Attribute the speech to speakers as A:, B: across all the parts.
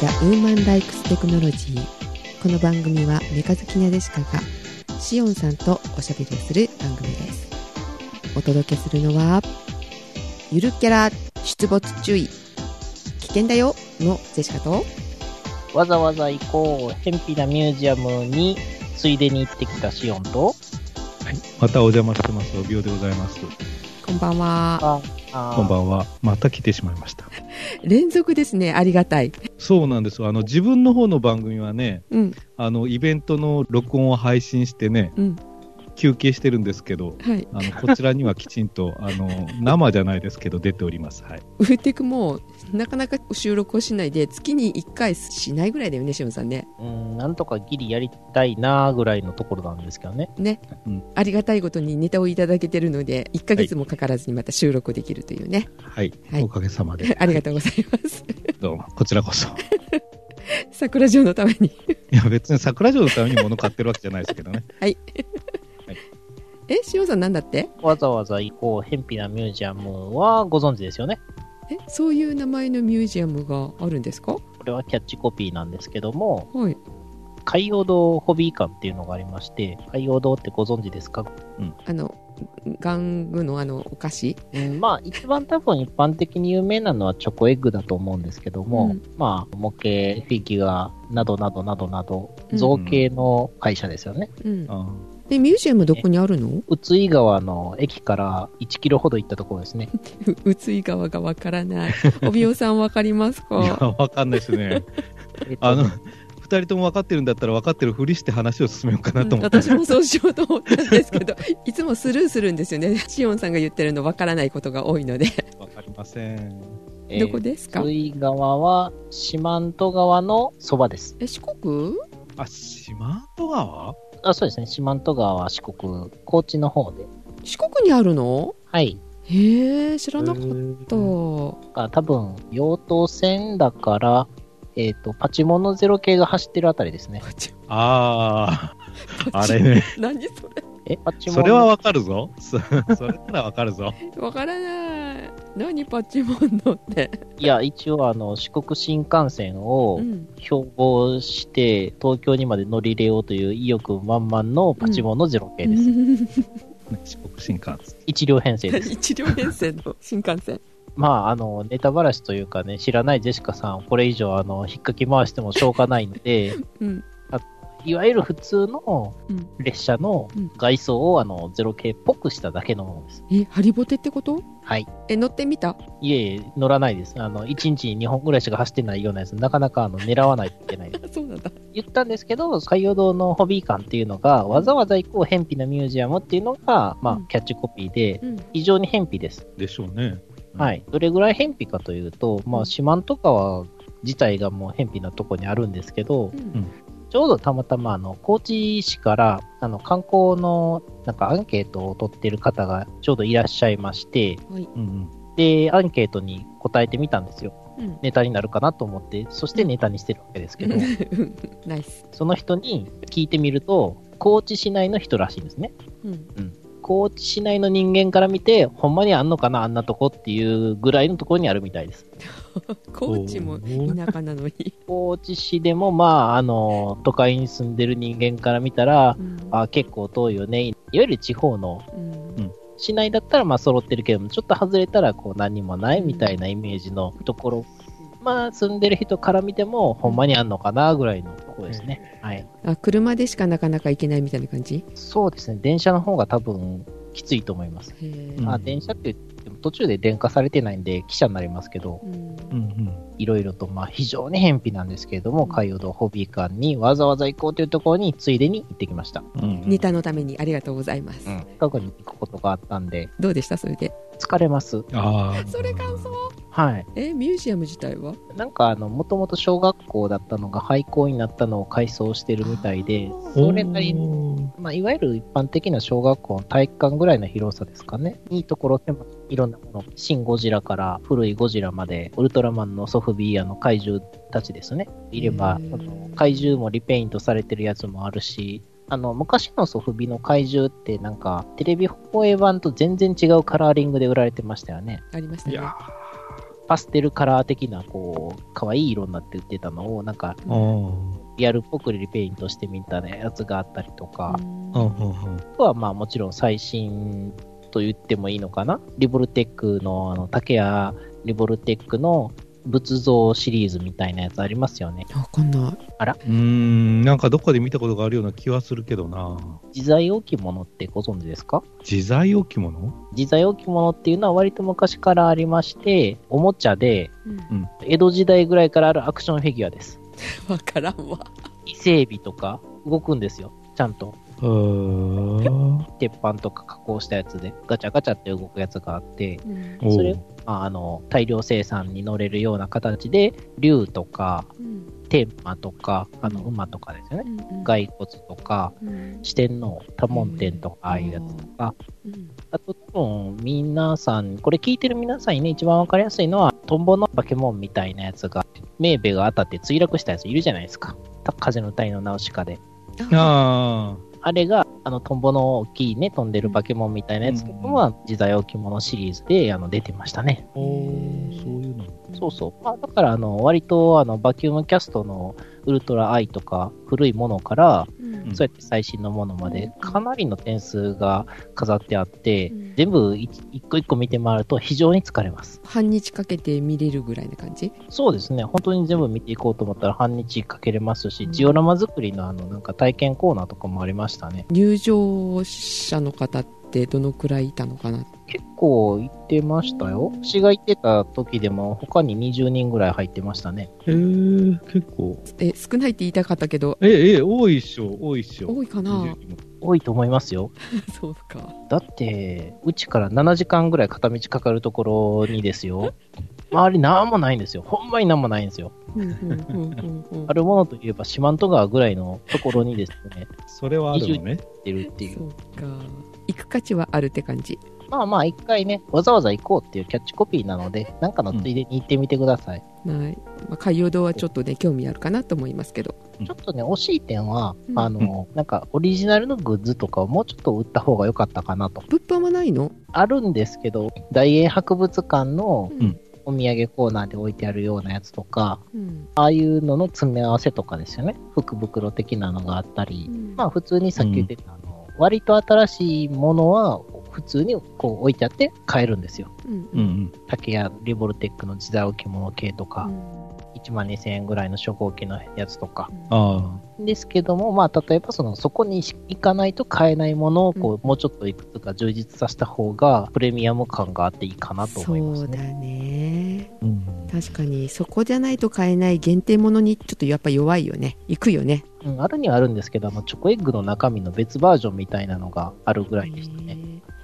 A: The Woman Likes Technology この番組はメカ好きなでしかがシオンさんとおしゃべりをする番組ですお届けするのはゆるキャラ出没注意危険だよのジェシカと
B: わざわざ行こう、へんぴなミュージアムについでに行ってきたシオンと、
C: はい、またお邪魔してます。お病でございます。
A: こんばんは
B: あ
C: こんば
B: は。
C: んは。また来てしまいました。
A: 連続ですねありがたい
C: そうなんです。あの、自分の方の番組はね、
A: うん
C: あの、イベントの録音を配信してね、
A: うん
C: 休憩してるんですけど、
A: はい
C: あの、こちらにはきちんと、あの、生じゃないですけど、出ております。はい。
A: ウーテクもなかなか収録をしないで月に1回しないぐらいだよねシオンさんね
B: うん、なんとかギリやりたいなーぐらいのところなんですけどね。
A: ね、
C: うん
A: ありがたいことにネタをいただけてるので1ヶ月もかからずにまた収録できるというね、
C: はい。
A: はい
C: おかげさまで
A: 。ありがとうございます
C: どうも。こちらこそ。
A: 桜城のために
C: いや、別に桜城のために物買ってるわけじゃないですけどね。
A: え塩さんなんだって
B: わざわざ行こう、へんぴなミュージアムはご存知ですよね。
A: えそういう名前のミュージアムがあるんですか
B: これはキャッチコピーなんですけども、
A: はい
B: 海洋堂ホビー館っていうのがありまして、海洋堂ってご存知ですか、
A: あの玩具のあのお菓子
B: うん、まあ、一番多分一般的に有名なのはチョコエッグだと思うんですけども、
A: うん
B: まあ、模型、フィギュアなどなどなどなど、
A: うん
B: 造形の会社ですよね。
A: うん
C: あー
A: でミュージアムどこにあるの
B: 宇津井川の駅から1キロほど行ったところですね。
A: うつい側がわから ないおびおさんわかります
C: いや、
A: か
C: わかんないですね。
B: えっと
C: あの、二人とも分かってるんだったら分かってるふりして話を進めようかなと思って。
A: 私もそうしようと思ったんです けどいつもスルーするんですよねシオンさんが言ってるのわからないことが多いので、
C: わかりません。
B: えー
A: どこですか
B: 宇津井川は四万十川のそばです。
A: え四国
C: あ、四万十川
B: あ、そうですね。四万十川は四国、高知の方で。
A: 四国にあるの
B: はい。
A: へえ知らな かっ
C: った
A: たう
B: あ多分、用東線だから、えっ、と、パチモノゼロ系が走ってるあたりですね。
A: ち
C: あ あ、あれね。
A: 何それ
B: え、パチモノ
C: それはわかるぞ。そ それならわかる ぞ。
A: わからない何パチモンのって、
B: いや、一応、あの、四国新幹線を
A: うん、
B: 標榜して、東京にまで乗り入れようという意欲満々のパチモノゼロ系です。
C: 四国新幹線。
B: 一両編成です。
A: 一両編成の新幹線
B: まあ、あの、ネタばらしというかね、知らないジェシカさん、これ以上、あの、引っかき回してもしょうがないの で、
A: うん
B: いわゆる普通の
A: うん
B: 列車の
A: うん
B: 外装を、あの、ゼロ系っぽくしただけのものです。
A: えハリボテってこと
B: はい。
A: え乗ってみた
B: いえいえ、乗らないです。あの、1日に2本ぐらいしか走ってないようなやつ、なかなか、あの、狙わないといけない。
A: そうなんだ
B: 言ったんですけど、海洋堂のホビー館っていうのが、わざわざ行こう、偏僻なミュージアムっていうのが、ま
A: うん
B: あ、キャッチコピーで、
A: うん
B: 非常に偏僻です。
C: でしょうね。
B: はい。どれぐらい偏僻かというと、まあ、四万十川自体がもう偏僻なとこにあるんですけど
A: う、
C: うん
A: ん
B: ちょうどたまたま、あの、高知市から、あの、観光の、なんかアンケートを取ってる方がちょうどいらっしゃいまして、
C: うんうん。
B: で、アンケートに答えてみたんですよ。
A: うん
B: ネタになるかなと思って、そしてネタにしてるわけですけど、
A: うんナイス
B: その人に聞いてみると、高知市内の人らしいんですね。
A: うん
B: 高知市内の人間から見て、ほんまにあんのかな、あんなとこっていうぐらいのところにあるみたいです。
A: 高知も田舎なのに、
B: 高知市でも、まあ、あの、都会に住んでる人間から見たら、
A: うん
B: あ結構遠いよね。いわゆる地方の
A: うん
B: 市内だったら、まあ、揃ってるけども、ちょっと外れたら、こう、何もないみたいなイメージのところ。まあ、住んでる人から見ても、ほんまにあんのかな、ぐらいのところですね。はい。
A: あ車でしかなかなか行けないみたいな感じ
B: そうですね。電車の方が多分、きついと思います。
A: へえ
C: うん
B: あ、電車って言っても、途中で電化されてないんで、汽車になりますけど、
A: うん
C: うんうん。
B: いろいろと、まあ、非常に偏僻なんですけれども、海洋堂ホビー館にわざわざ行こうというところに、ついでに行ってきました。
C: うんうん
A: ネタのためにありがとうございます、
B: 近くに行くことがあったんで、
A: どうでしたそれで
B: 疲れます。
C: ああ。
A: それ感想
B: はい。
A: えミュージアム自体は
B: なんかあの、もともと小学校だったのが廃校になったのを改装してるみたいで、それなりに、
C: お
B: まあ、いわゆる一般的な小学校の体育館ぐらいの広さですかね。いいところでもいろんなもの、シン・ゴジラから古いゴジラまで、ウルトラマンのソフビーやの怪獣たちですね。いれば
A: へー、
B: その怪獣もリペイントされてるやつもあるし、あの、昔のソフビの怪獣ってなんか、テレビ放映版と全然違うカラーリングで売られてましたよね。
A: ありまし
C: ー
A: た
C: い
A: ね
C: や
B: パステルカラー的な、こう、可愛い色になって売ってたのを、なんか、
C: あー
B: リアルっぽくリペイントしてみたやつがあったりとか、
C: あー
B: あとはまあもちろん最新と言ってもいいのかな、リボルテックのあの竹谷リボルテックの仏像シリーズみたいなやつありますよね。
A: わかんな
C: うーんなんかどっかで見たことがあるような気はするけどな
B: 自在置物ってご存知ですか
C: 自在置物
B: 自在置物っていうのは割と昔からありまして、おもちゃで、
A: い。
B: 江戸時代ぐらいからあるアクションフィギュアです。
A: わからんわ。
B: 伊勢海老とか動くんですよ。ちゃんと
C: うーん
B: 鉄板とか加工したやつでガチャガチャって動くやつがあって、
A: うん
C: おう
B: それまあ、あの大量生産に乗れるような形で竜とか
A: うん
B: 天馬とか、あの馬とかですよね。骸骨とか、
A: うん
B: 四天王、多聞天とか、ああいうやつとか、
A: うん
B: あと多分、皆さん、これ聞いてる皆さんにね、一番わかりやすいのは、トンボの化け物みたいなやつが、メーベが当たって墜落したやついるじゃないですか。風の谷のナウシカで。
A: あ
C: あ
B: あれが、あの、トンボの大きいね、飛んでる化け物みたいなやつとかは、自在置物シリーズで、あの、出てましたね。
C: あーそういうの
B: そうそう。まあ、だから、あの、割と、あの、バキュームキャストのウルトラアイとか、古いものから、
A: うん
B: そうやって最新のものまで
A: うん
B: かなりの点数が飾ってあって、
A: うん
B: 全部い一個一個見て回ると非常に疲れます。
A: 半日かけて見れるぐらいな感じ
B: そうですね、本当に全部見ていこうと思ったら半日かけれますし、
A: うん
B: ジオラマ作りのあのなんか体験コーナーとかもありましたね。
A: 入場者の方ってどのくらいいたのかな
B: 結構行ってましたよ。私が行ってた時でも他に20人ぐらい入ってましたね。
C: へえー、結構
A: え少ないって言いたかったけど
C: ええ多いっしょ多いっしょ
A: 多いかな
B: 多いと思いますよ。
A: そうか
B: だって、うちから7時間ぐらい片道かかるところにですよ。周りなんもないんですよ。ほんまになんもないんですよ。
A: うんうんうんうんうん
B: あるものといえば四万十川ぐらいのところにです ね、
C: それはあるのね
B: 出るってい。
A: そううか行く価値はあるって感じ
B: まあまあ、一回ね、わざわざ行こうっていうキャッチコピーなので、なんかのついでに行ってみてください。
A: はい、まあ、海洋堂はちょっとね興味あるかなと思いますけど
B: ちょっとね、惜しい点は、
A: うん
B: あの、なんかオリジナルのグッズとかをもうちょっと売った方が良かったかなと。
A: 物販はないの
B: あるんですけど、大英博物館の
A: うん
B: お土産コーナーで置いてあるようなやつとか、
A: うん
B: ああいうのの詰め合わせとかですよね。福袋的なのがあったり、まあ普通にさっき言ってた、あの割と新しいものは普通にこう置いてあって買えるんですよ。
A: うん
C: うんうん
B: 竹やリボルテックの時代置物系と
A: う
B: か、
A: ん
B: 1万2000円ぐらいの初号機のやつとか。
C: あ
B: ですけども、まあ例えばそのそこに行かないと買えないものをこう、もうちょっといくつか充実させた方がプレミアム感があっていいかなと思いま
A: そ
B: す
A: うだ
B: ね。
A: ね
C: あうん
A: 確かにそこじゃないと買えない限定ものにちょっとやっぱ弱いよね行くよね
B: うん、あるにはあるんですけど、あのチョコエッグの中身の別バージョンみたいなのがあるぐらいでしたね。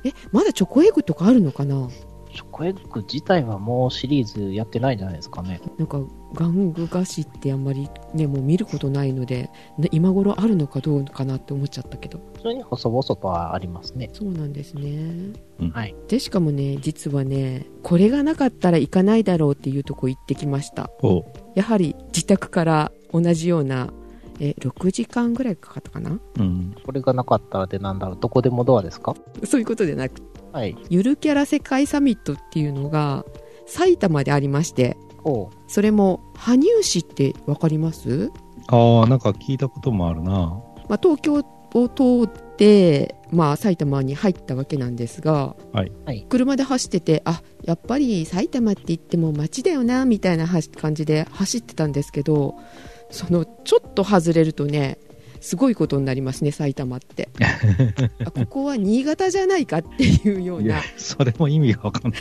A: えまだチョコエッグとかあるのかな
B: チョコエッグ自体はもうシリーズやってないんじゃないですかね。
A: なんか玩具菓子ってあんまりねもう見ることないのでね今頃あるのかどうかなって思っちゃったけど
B: 普通に細々とはありますね。
A: そうなんですね
B: はい。
A: でしかもね実はねこれがなかったら行かないだろうっていうとこ行ってきました
C: お
A: やはり自宅から同じようなえ6時間ぐらいかかったかな
C: うん
B: これがなかったらってなんだろう、どこでもドアですか
A: そういうことじゃなくて
B: はい。
A: ゆるキャラ世界サミットっていうのが埼玉でありまして
B: おう
A: それも羽生市って分かります
C: ああなんか聞いたこともあるな
A: まあ、東京を通って、まあ、埼玉に入ったわけなんですが、
C: はい
B: はい
A: 車で走っててあやっぱり埼玉って言っても街だよなみたいなはし感じで走ってたんですけどそのちょっと外れるとねすごいことになりますね埼玉って あここは新潟じゃないかっていうよう
C: いや
A: な
C: それも意味がわか んない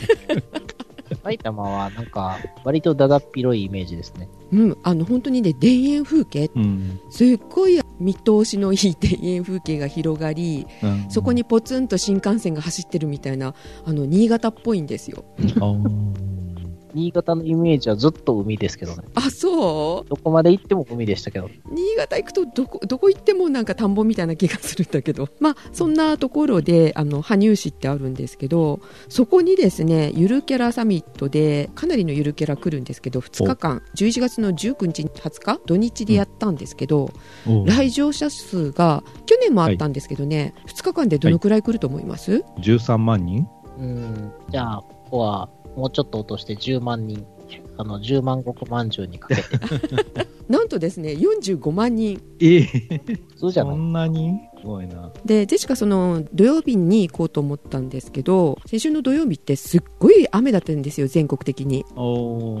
B: 埼玉はなんか、割とだだっ広いイメージですね。
A: うん、あの本当にね田園風景
C: うん
A: すっごい見通しのいい田園風景が広がり
C: うん
A: そこにポツンと新幹線が走ってるみたいなあの新潟っぽいんですよ
C: あー
B: 新潟のイメージはずっと海ですけどね。
A: あそ
B: どこまで行っても海でしたけど。
A: う新潟行くとどこどこ行ってもなんか田んぼみたいな気がするんだけど、まあ、そんなところであの羽生市ってあるんですけどそこにですねゆるキャラサミットでかなりのゆるキャラ来るんですけど2日間11月の19日20日土日でやったんですけど、
C: おう
A: 来場者数が去年もあったんですけどね、2日間でどのくらい来ると思います、
C: 13万人
B: うん。じゃあ、ここは、もうちょっと落として10万人。あの10万石まんじゅうにか けて、
A: なんとですね45万人
C: ええ
B: 普通じゃ
C: そ
B: ない。
C: んなにすごいな。
A: でジェシカその土曜日に行こうと思ったんですけど先週の土曜日ってすっごい雨だったんですよ全国的に
C: おーうんう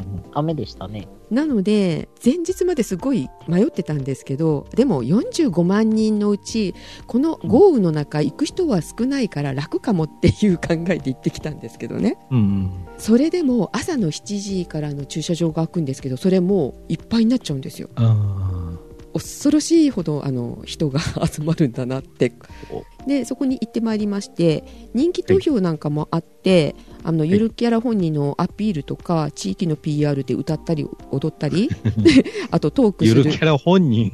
C: ん
B: 雨でしたね。
A: なので前日まですごい迷ってたんですけどでも45万人のうちこの豪雨の中行く人は少ないから楽かもっていう考えで行ってきたんですけどね
C: うん
A: それでも朝の7時からの駐車場が開くんですけどそれもういっぱいになっちゃうんですよ
C: うん。あ
A: 恐ろしいほどあの人が 集まるんだなってでそこに行ってまいりまして人気投票なんかもあって、あのゆるキャラ本人のアピールとか地域の PR で歌ったり踊った り あとトー
C: ー
A: クす
C: ゆ
A: る
C: るキャラ本人。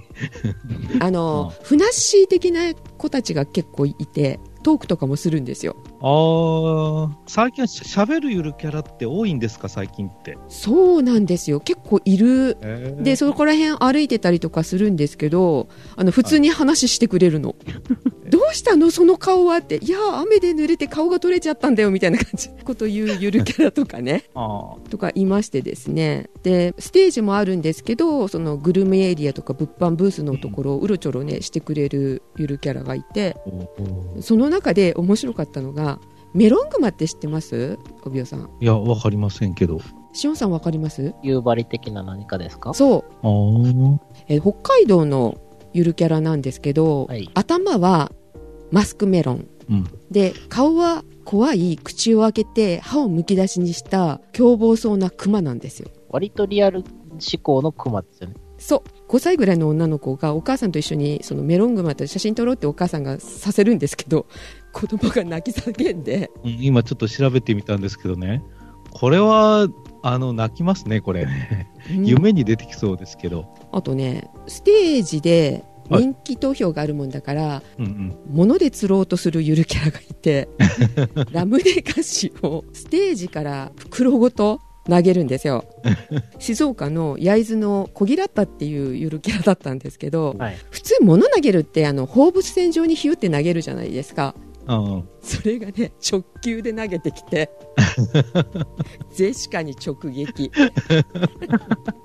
A: あのふなっしー的な子たちが結構いてトークとかもするんですよ
C: ああ、最近はししゃべるゆるキャラって多いんですか、最近って。
A: そうなんですよ結構いるでそこら辺歩いてたりとかするんですけどあの普通に話してくれるの、 どうしたのその顔はっていや雨で濡れて顔が取れちゃったんだよみたいな感 じこと言うゆるキャラとか ね
C: あ
A: とかいましてですねでステージもあるんですけどそのグルメエリアとか物販ブースのところをうろちょろねしてくれるゆるキャラがいて
C: ーおー
A: その中で面白かったのがメロングマって知ってます帯尾さん
C: いや、わかりませんけど。
A: しおんさんわかります
B: 夕張的な何かですか
A: そう
C: あー
A: えー北海道のゆるキャラなんですけど、
B: はい
A: 頭はマスクメロン
C: うん。
A: で顔は怖い口を開けて歯をむき出しにした凶暴そうなクマなんですよ
B: 割とリアル思考のクマですよね。
A: そう5歳ぐらいの女の子がお母さんと一緒にそのメロングマと写真撮ろうってお母さんがさせるんですけど 子供が泣き叫んで
C: うん今ちょっと調べてみたんですけどね、これは、あの、泣きますね、これ。
A: うん
C: 夢に出てきそうですけど。
A: あとねステージで人気投票があるもんだから、
C: うんうん。
A: 物で釣ろうとするゆるキャラがいてラムネ菓子をステージから袋ごと投げるんですよ静岡の焼津の小木ラッタっていうゆるキャラだったんですけど
B: はい。
A: 普通物投げるってあの放物線上にひゅって投げるじゃないですか
C: あー
A: それがね直球で投げてきてジェシカに直撃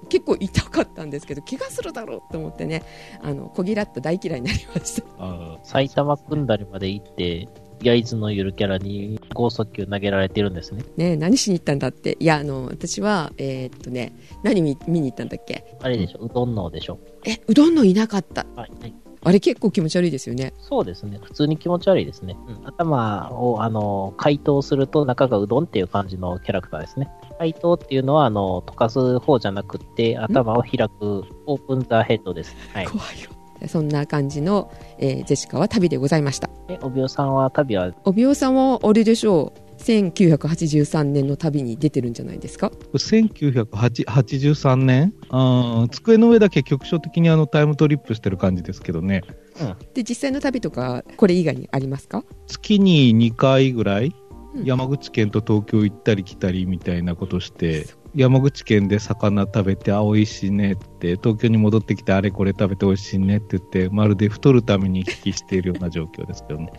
A: 結構痛かったんですけど怪我するだろうと思ってねあの小木ラッタ大嫌いになりました
C: あー
B: 埼玉組んだりまで行って、焼津のゆるキャラに剛速球投げられてるんですね。
A: ね、何しに行ったんだっていやあの私はえーっとね何見見に行ったんだっけ
B: あれでしょ、うどんのでしょ。
A: えうどんのいなかった
B: はい。はい、
A: あれ結構気持ち悪いですよね
B: そうですね。普通に気持ち悪いですね。うん、頭を、あの、解凍すると中がうどんっていう感じのキャラクターですね。解凍っていうのは、あの、溶かす方じゃなくって、頭を開く、オープンザヘッドです。はい。
A: 怖いよそんな感じの、えージェシカは旅でございました
B: で、おびおさんは旅は、
A: おびおさんはあれでしょう1983年の旅に出てるんじゃないですか
C: 1983年あー机の上だけ局所的にあのタイムトリップしてる感じですけどね
A: で実際の旅とかこれ以外にありますか
C: 月に2回ぐらい
A: うん
C: 山口県と東京行ったり来たりみたいなことして
A: そ
C: 山口県で魚食べてあ美味しいねって東京に戻ってきてあれこれ食べて美味しいねって言ってまるで太るために行き来しているような状況ですけ どね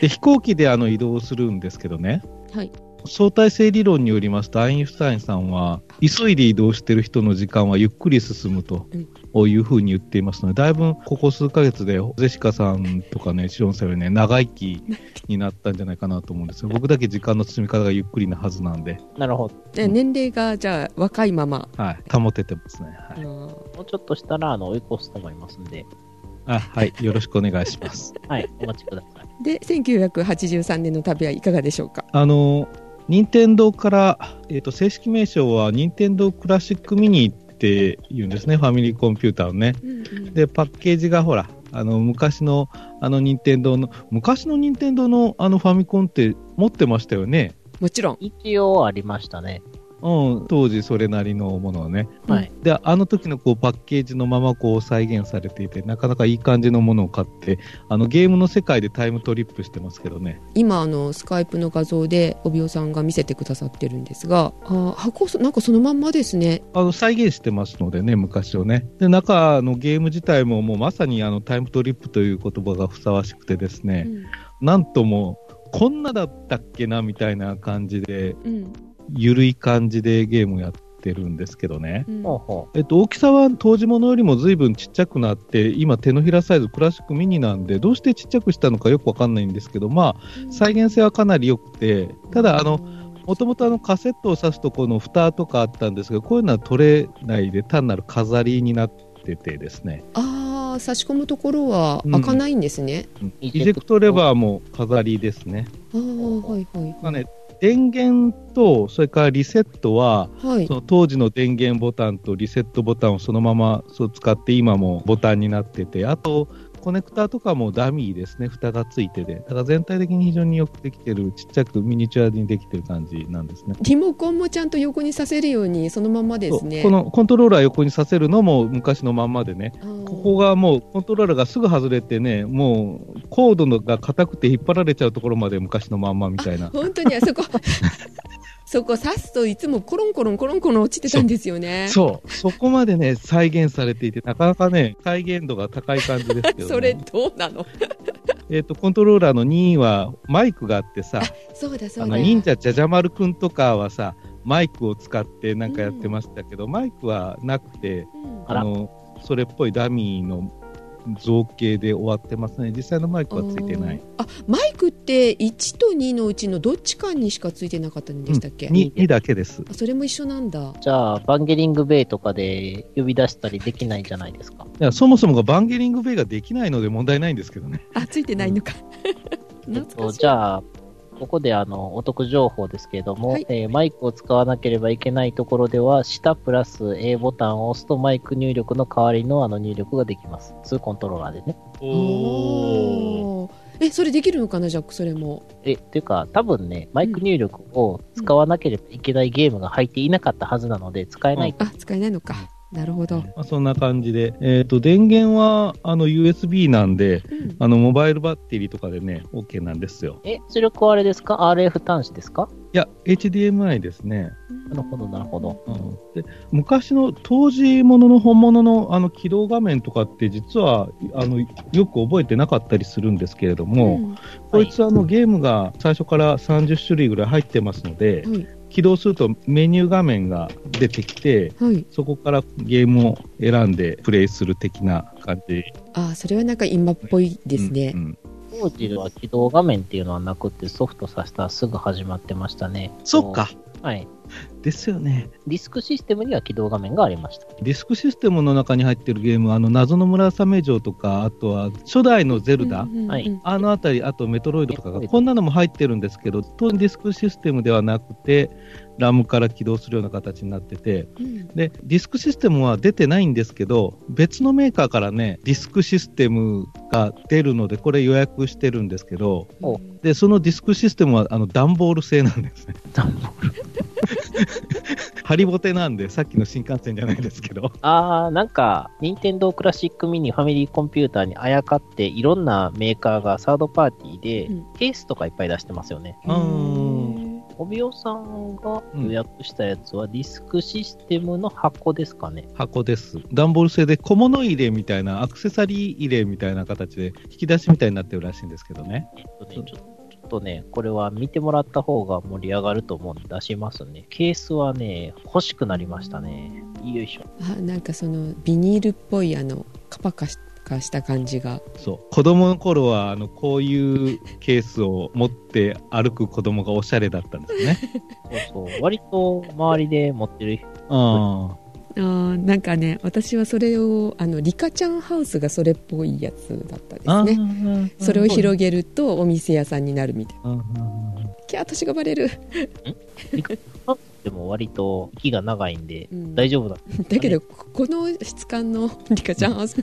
C: で飛行機であの移動するんですけどね
A: はい
C: 相対性理論によりますとアインシュタインさんは急いで移動してる人の時間はゆっくり進むと
A: うん
C: いうふうに言っていますのでだいぶここ数ヶ月でゼシカさんとかねシオンさんよりね長生きになったんじゃないかなと思うんですよ僕だけ時間の進み方がゆっくりなはずなんで、
B: なるほど。
A: で年齢がじゃあ若いまま、
C: はい、保ててますね、は
A: あ
C: い
A: の
B: もうちょっとしたら、あの、追い越すと思いますんで、
C: あはい、よろしくお願いします
B: はい、お待ちください。
A: で1983年の旅はいかがでしょうか
C: あの任天堂から、えー、と正式名称は任天堂クラシックミニっていうんですねファミリーコンピューターのねでパッケージがほらあの昔のあの任天堂の昔の任天堂のあのファミコンって持ってましたよね、
A: もちろん
B: 一応ありましたね。
C: うん、当時それなりのものをね
B: はい。
C: であの時のこうパッケージのままこう再現されていてなかなかいい感じのものを買ってあのゲームの世界でタイムトリップしてますけどね
A: 今あのスカイプの画像で帯尾さんが見せてくださってるんですがあー箱そなんかそのまんまですね
C: あの再現してますのでね、昔をね。で、中のゲーム自体ももうまさにあのタイムトリップという言葉がふさわしくてですね、なんともこんなだったっけなみたいな感じで、
A: うん
C: ゆるい感じでゲームやってるんですけどね。
A: うん
B: ほうほ
C: えっと、大きさは当時ものよりも随分ちっちゃくなって、今手のひらサイズクラシックミニなんで、どうしてちっちゃくしたのかよくわかんないんですけど、まあ、再現性はかなり良くて、ただ、あの、もともとあのカセットを挿すとこの蓋とかあったんですけど、こういうのは取れないで単なる飾りになっててですね。
A: ああ差し込むところは開かないんですね、
C: うん
B: イ
C: イ
B: ジ
C: ジ
B: ェクト
C: ェクトレバーも飾りですね。
A: ああはいはい
C: まあね、電源と、それからリセットは、
A: はい
C: その当時の電源ボタンとリセットボタンをそのままそう使って今もボタンになっててあとコネクタとかもダミーですね蓋がついててだから全体的に非常によくできてるちっちゃくミニチュアにできてる感じなんですね
A: リモコンもちゃんと横にさせるようにそのままですね
C: そうこのコントローラー横にさせるのも昔のまんまでねここ
A: が
C: がもうコントローラーがすぐ外れてねもうコードのが硬くて引っ張られちゃうところまで昔のまんまみたいな
A: 本当にあそ こそこ刺すといつもコロンコロンコロンコロン落ちてたんですよね
C: そうそこまでね再現されていてなかなかね再現度が高い感じですけど、ね、
A: それどうなの
C: えっとコントローラーの2位はマイクがあってさ、
A: そうだそ
C: あ
A: う
C: の
A: だ
C: 忍者じゃじゃ丸くんとかはさ、マイクを使ってなんかやってましたけど、マイクはなくて、
A: うん
B: あら
C: あのそれっぽいダミーの造形で終わってますね、実際のマイクはついてない。
A: あマイクって1と2のうちのどっちかにしかついてなかったんでしたっけ、
C: 2, だけです。
A: あそれも一緒なんだ
B: う。じゃあ、バンゲリングベイとかで呼び出したりできないんじゃないですか。
C: いやそもそもがバンゲリングベイができないので問題ないんですけどね。
A: あついてないのか
B: えっ
A: 懐
B: と、
A: かしい
B: じゃあ、ここであのお得情報ですけれども、
A: はい
B: えーマイクを使わなければいけないところでは、下プラス A ボタンを押すとマイク入力の代わりのあの入力ができます。ツーコントローラーでね。
C: ー
A: おーえそれできるのかなジャックそれも
B: え、っていうか、多分ね、マイク入力を使わなければいけないゲームが入っていなかったはずなので、使えない。
A: あ使えないのかなるほど、
C: まあ、そんな感じで、えっと電源はあの USB なんで
A: うん
C: あの、モバイルバッテリーとかでね、OK なんですよ。
B: え、出力はあれですか ?RF 端子ですか
C: いや、HDMI ですね。
B: なるほど、なるほど。
C: うんで昔の当時ものの本物のあの起動画面とかって実はあのよく覚えてなかったりするんですけれども、
A: うん
C: こいつあのゲームが最初から30種類ぐらい入ってますので、
A: はい
C: 起動するとメニュー画面が出てきて
A: はい、
C: そこからゲームを選んでプレイする的な感じ
A: あそれはなんか今っぽいですね
C: う、んうん
B: 当時は起動画面っていうのはなくて、ソフトさせたらすぐ始まってましたね。
C: そっか
B: はい。
C: ですよね
B: ディスクシステムには起動画面がありました。
C: ディスクシステムの中に入ってるゲームあの謎の村雨城とかあとは初代のゼルダ、
A: うんうんうん
B: はい
C: あのあたり、あとメトロイドとかが、
B: メトロイド
C: こんなのも入ってるんですけど、当時ディスクシステムではなくて、ラムから起動するような形になってて、
A: うん
C: で、ディスクシステムは出てないんですけど、別のメーカーからね、ディスクシステムが出るので、これ予約してるんですけど、
B: お
C: で、そのディスクシステムは、あの、段ボール製なんですね。
B: 段
C: ボールハリボテなんで、さっきの新幹線じゃないですけど。
B: あー、なんか、任天堂クラシックミニファミリーコンピューターにあやかって、いろんなメーカーがサードパーティーで
A: うん、
B: ケースとかいっぱい出してますよね。
C: うー
B: 帯尾さんが予約したやつは、ディスクシステムの箱ですかね。
C: 箱です。段ボール製で小物入れみたいな、アクセサリー入れみたいな形で、引き出しみたいになってるらしいんですけどね。
B: えっとね、ちょちょっとね、これは見てもらった方が盛り上がると思うんで出しますね。ケースはね、欲しくなりましたね。よいしょ。
A: あなんかそのビニールっぽいあのカパカした感じが
C: そう。子供の頃は、あの、こういうケースを持って歩く子供がおしゃれだったんですね。
B: そうそう。割と周りで持ってる人
C: うん。
A: あーなんかね私はそれをあのリカちゃんハウスがそれっぽいやつだったですね
C: ね
A: それを
C: う。
A: 広げるとお店屋さんになるみたいな
C: うんうんうん
A: キャー私がバレる、
B: でも割と息が長いんで、
A: うん
B: 大丈夫だ。
A: だけどここの質感のリカちゃんハウス
B: い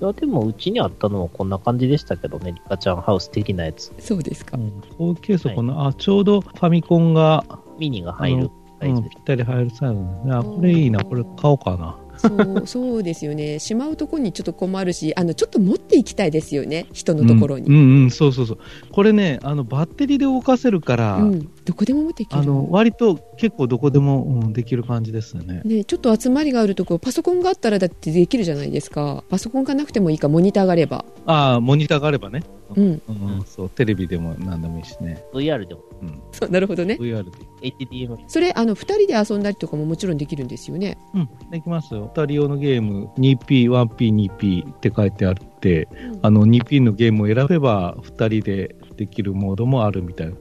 B: や、でもうちにあったのはこんな感じでしたけどね、リカちゃんハウス的なやつ。
A: そうですか
C: うんこういうケース、この、あ、ちょうどファミコンが、
B: ミニが入
C: う
B: る
C: ん
B: サ
C: う
B: イズ
C: ん
B: で
C: ぴったり入るサイズですね。あ、これいいな、これ買おうかな。
A: そうそうですよねしまうとこにちょっと困るしあのちょっと持っていきたいですよね人のところに、
C: うん、うんうんそうそうそうこれねあのバッテリーで動かせるから、
A: うんどこでも持っていける
C: あの割と結構どこでも、うんできる感じですね。
A: ね、ちょっと集まりがあるとこパソコンがあったらだってできるじゃないですかパソコンがなくてもいいかモニターがあれば
C: ああ、モニターがあればね、
A: うん
C: うんそう、テレビでも何でもいいしね、
B: VR でも
C: うん、
A: そうなるほどね
C: VR で。
B: HDMI
A: それあの2人で遊んだりとかももちろんできるんですよね
C: うん、できますよ。2人用のゲーム、2P、1P、2P って書いてあって、あの 2P のゲームを選べば、2人でできるモードもあるみたいな。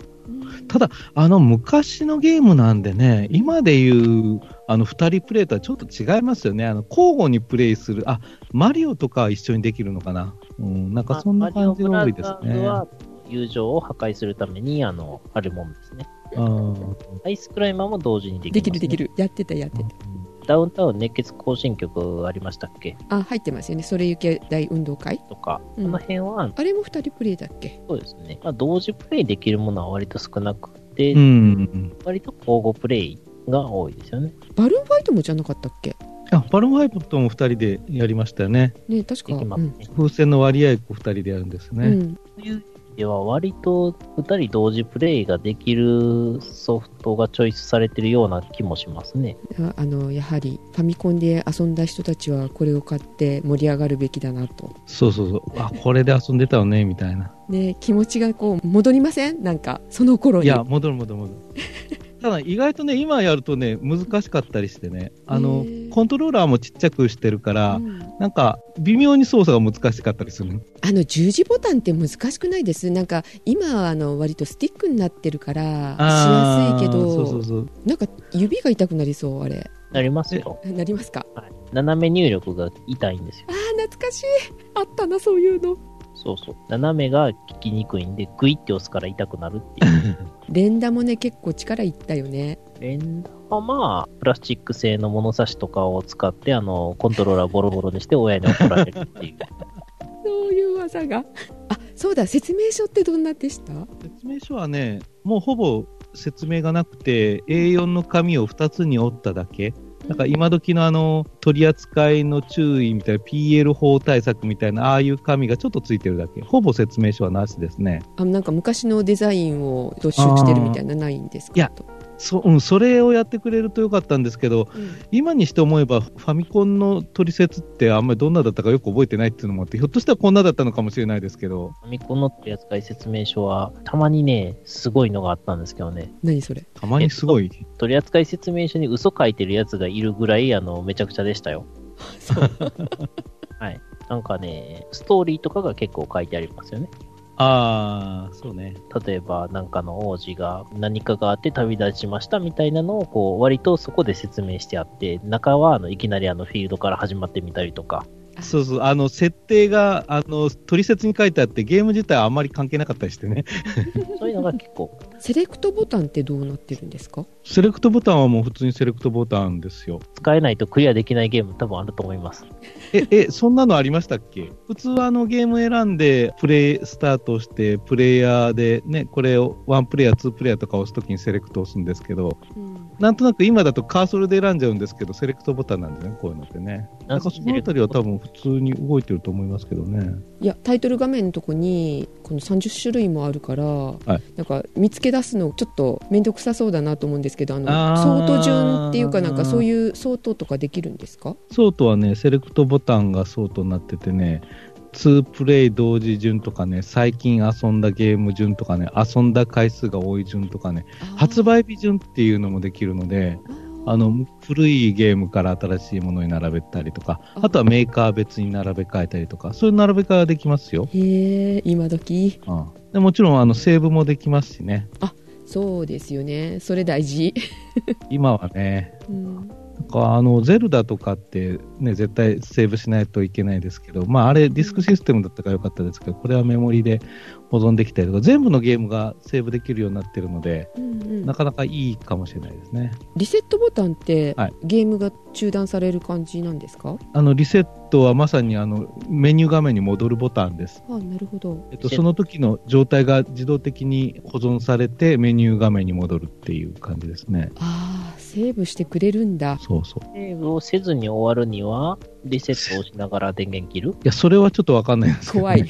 C: ただ、あの昔のゲームなんでね、今でいうあの2人プレイとはちょっと違いますよね。あの交互にプレイする、あマリオとかは一緒にできるのかな。うん、なんかそんな感じが多いです
B: マリオブ
C: ね。
B: ラザーズは友情を破壊するために、あの、あるもんですね。
C: うん
B: アイスクライマーも同時にでき
A: できる
B: ます
A: で
B: ね
A: きるやってたやってた
B: ダウンタウン熱血行進曲ありましたっけ
A: あ入ってますよねそれゆけ大運動会
B: とか、
A: うん
B: この辺は、
A: あれも2人プレイだっけ
B: そうですね。まあ、同時プレイできるものは割と少なくて、
C: うん。
B: 割と交互プレイが多いですよね。
A: バルーンファイトもじゃなかったっけ
C: あバルーンハイプとも2人でやりましたよね。
A: ね確か
B: できますね。
C: 風船の割合を2人でやるんです
A: うん
C: ね。
A: うん
B: そういう意味では、割と2人同時プレイができるソフトがチョイスされてるような気もしますね。
A: ああのやはりファミコンで遊んだ人たちはこれを買って盛り上がるべきだなと
C: そうそうそう。あ、これで遊んでたよね、みたいな。
A: ね気持ちがこう戻りませんなんかその頃に
C: いや、戻る戻る戻る。 ただ、意外とね、今やるとね、難しかったりしてね。あの
A: へえ、
C: コントローラーもちっちゃくしてるから、
A: うん
C: なんか、微妙に操作が難しかったりする。
A: あの十字ボタンって難しくないですなんか今はあの割とスティックになってるからしやすいけ
C: あー
A: ど
C: そうそうそう。
A: なんか指が痛くなりそうあれ
B: なりますよ。
A: なりますか
B: はい、斜め入力が痛いんですよ
A: あ。ー懐かしいあったなそういうの
B: そうそう。斜めが効きにくいんで、グイって押すから痛くなるって いう。
A: 連打もね結構力いったよね
B: 連打はまあ、プラスチック製の物差しとかを使って、あの、コントローラーボロボロにして親に怒られる っていう。
A: そういう技があそうだ説明書ってどんなでした
C: 説明書はね、もうほぼ説明がなくて、A4 の紙を2つに折っただけ。なんか今時のあの取り扱いの注意みたいな PL 法対策みたいなああいう紙がちょっとついてるだけほぼ説明書はなしですね
A: あなんか昔のデザインを突集してるみたいなのないんですか
C: いや
A: と
C: そ,、うん、それをやってくれるとよかったんですけど
A: うん
C: 今にして思えばファミコンの取説ってあんまりどんなだったかよく覚えてないっていうのもあってひょっとしたらこんなだったのかもしれないですけど
B: ファミコンの取扱説明書は、たまにね、すごいのがあったんですけどね。
A: 何 それ
C: たまにすごい、
B: 取扱説明書に嘘書いてるやつがいるぐらい、あの、めちゃくちゃでしたよ。
A: そう
B: はい。なんかね、ストーリーとかが結構書いてありますよね。
C: ああそうね
B: 例えば、なんかの王子が何かがあって旅立ちましたみたいなのを、こう、割とそこで説明してあって、中は、あの、いきなりあの、フィールドから始まってみたりとか、
C: そうそうあの設定があの取説に書いてあってゲーム自体はあんまり関係なかったりしてね
B: そういうのが結構、
A: セレクトボタンってどうなってるんですか
C: セレクトボタンはもう普通にセレクトボタンですよ
B: 使えないとクリアできないゲーム多分あると思います。
C: え、え、そんなのありましたっけ普通はあのゲーム選んで、プレイスタートして、プレイヤーでね、これをワンプレイヤー、ツープレイヤーとか押すときにセレクト押すんですけど、なんとなく今だとカーソルで選んじゃうんですけど、セレクトボタンなんでね、こういうのってね。なんかそのあたりは多分普通に動いてると思いますけどね。
A: いやタイトル画面のとこにこの30種類もあるから、
C: い
A: なんか見つけ出すのちょっと面倒くさそうだなと思うんですけどあの
C: あー
A: 相当順っていうかなんかそういう相当とかできるんですか
C: ソートはね、セレクトボタンがソートになっててね、2プレイ同時順とかね、最近遊んだゲーム順とかね、遊んだ回数が多い順とかね、発売日順っていうのもできるので、あ
A: の
C: の古いゲームから新しいものに並べたりとか、
A: あ
C: あとはメーカー別に並べ替えたりとか、そういう並べ替えはできますよ。
A: へえ今時
C: うん、でもちろんあのセーブもできますしね、
A: そうですよねそれ大事、
C: 今はね、
A: うん
C: なんかあのゼルダとかって、ね、絶対セーブしないといけないですけど、まあ、あれ、ディスクシステムだったから良かったですけど、これはメモリで保存できたりとか、全部のゲームがセーブできるようになってるので、
A: うんうん
C: なかなかいいかもしれないですね。
A: リセットボタンって、
C: はい
A: ゲームが中断される感じなんですか
C: あのリセットはまさにあのメニュー画面に戻るボタンです。
A: あなるほど
C: えっと、その時の状態が自動的に保存されてメニュー画面に戻るっていう感じですね。
A: ああセーブしてくれるんだ。
C: そうそう。
B: セーブをせずに終わるには、リセットをしながら電源切る
C: いや、それはちょっとわかんないんですけど、
A: 怖
C: ね。
A: い。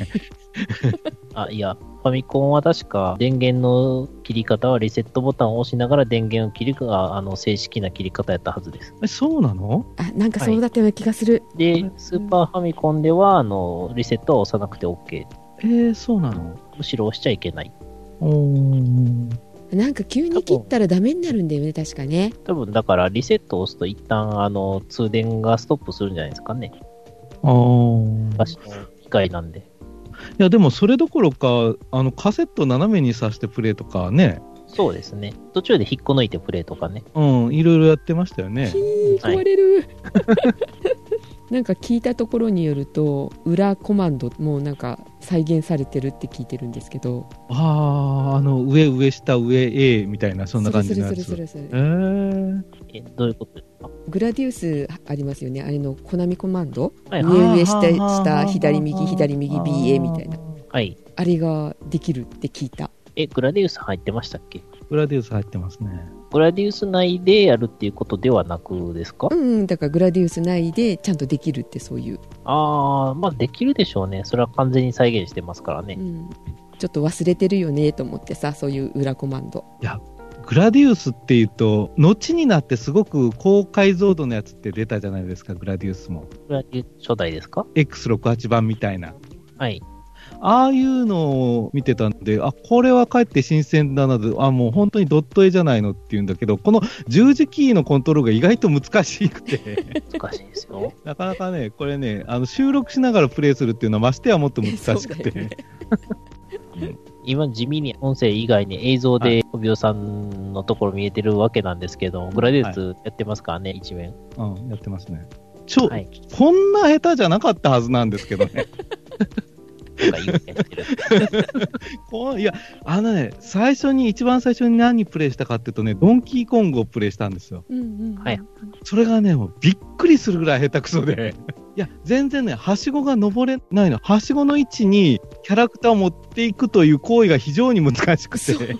B: あ、いや、ファミコンは確か電源の切り方はリセットボタンを押しながら電源を切るが、あの、正式な切り方やったはずです。
C: え、そうなの
A: あ、なんかそうだったような気がする。
B: で、スーパーファミコンでは、あの、リセットは押さなくて OK。
C: えー、そうなの
B: むしろ押しちゃいけない。
C: おー
A: なんか急に切ったらダメになるんだよね、確かね。
B: 多分、だから、リセットを押すと一旦、あの、通電がストップするんじゃないですかね。
C: あー
B: 昔の機械なんで。
C: いやでもそれどころかあのカセット斜めに挿してプレイとかね、
B: そうですね。途中で引っこ抜いてプレイとかね。
C: うん、いろいろやってましたよね
A: ひ。ー、
B: はい
A: 壊れる。 なんか聞いたところによると、裏コマンドもなんか再現されてるって聞いてるんですけど。
C: ああ、あの上上下上 A みたいなそんな感じのやつ。
A: するするするす
C: え
A: る
C: ー、
B: え、どういうことですか
A: グラディウスありますよね。あれのコナミコマンド。
B: はい
A: 上上
C: あ
A: 下下
C: ー
A: 左右左右 BA みたいな。
B: はい。
A: あれができるって聞いた。
B: え、グラディウス入ってましたっけ
C: グラディウス入ってますね。
B: グラディウス内でやるっていうことではなくですか
A: うんうん、だからグラディウス内でちゃんとできるってそういう。
B: ああ、まあできるでしょうね。それは完全に再現してますから
A: う
B: ね。
A: ん、ちょっと忘れてるよねと思ってさ、そういう裏コマンド。
C: グラディウスっていうと、後になってすごく高解像度のやつって出たじゃないですか、グラディウスも。
B: グラディウス初代ですか
C: X68 版みたいな。
B: はい。
C: ああいうのを見てたんで、あ、これはかえって新鮮だなと、あ、もう本当にドット絵じゃないのって言うんだけど、この十字キーのコントロールが意外と難しくて、
B: 難しいですよ。
C: なかなかね、これね、あの収録しながらプレイするっていうのはましてやもっと難しく
A: そうだよ
C: て
A: ね。
B: 今地味に音声以外に映像で小びさんのところ見えてるわけなんですけど、グラディウスやってますからね、一面。
C: うん、やってますね。ちょ、
B: はい
C: こんな下手じゃなかったはずなんですけど
B: と
C: ね。
B: か言うてる。
C: こういや、あのね、最初に、一番最初に何プレイしたかっていうとね、ドンキーコングをプレイしたんですよ。
A: うんうんうん
B: はい
C: それがね、もうびっくりするぐらい下手くそで。いや、全然ね、はしごが登れないの。はしごの位置にキャラクターを持っていくという行為が非常に難しく
A: そ
C: て
A: う。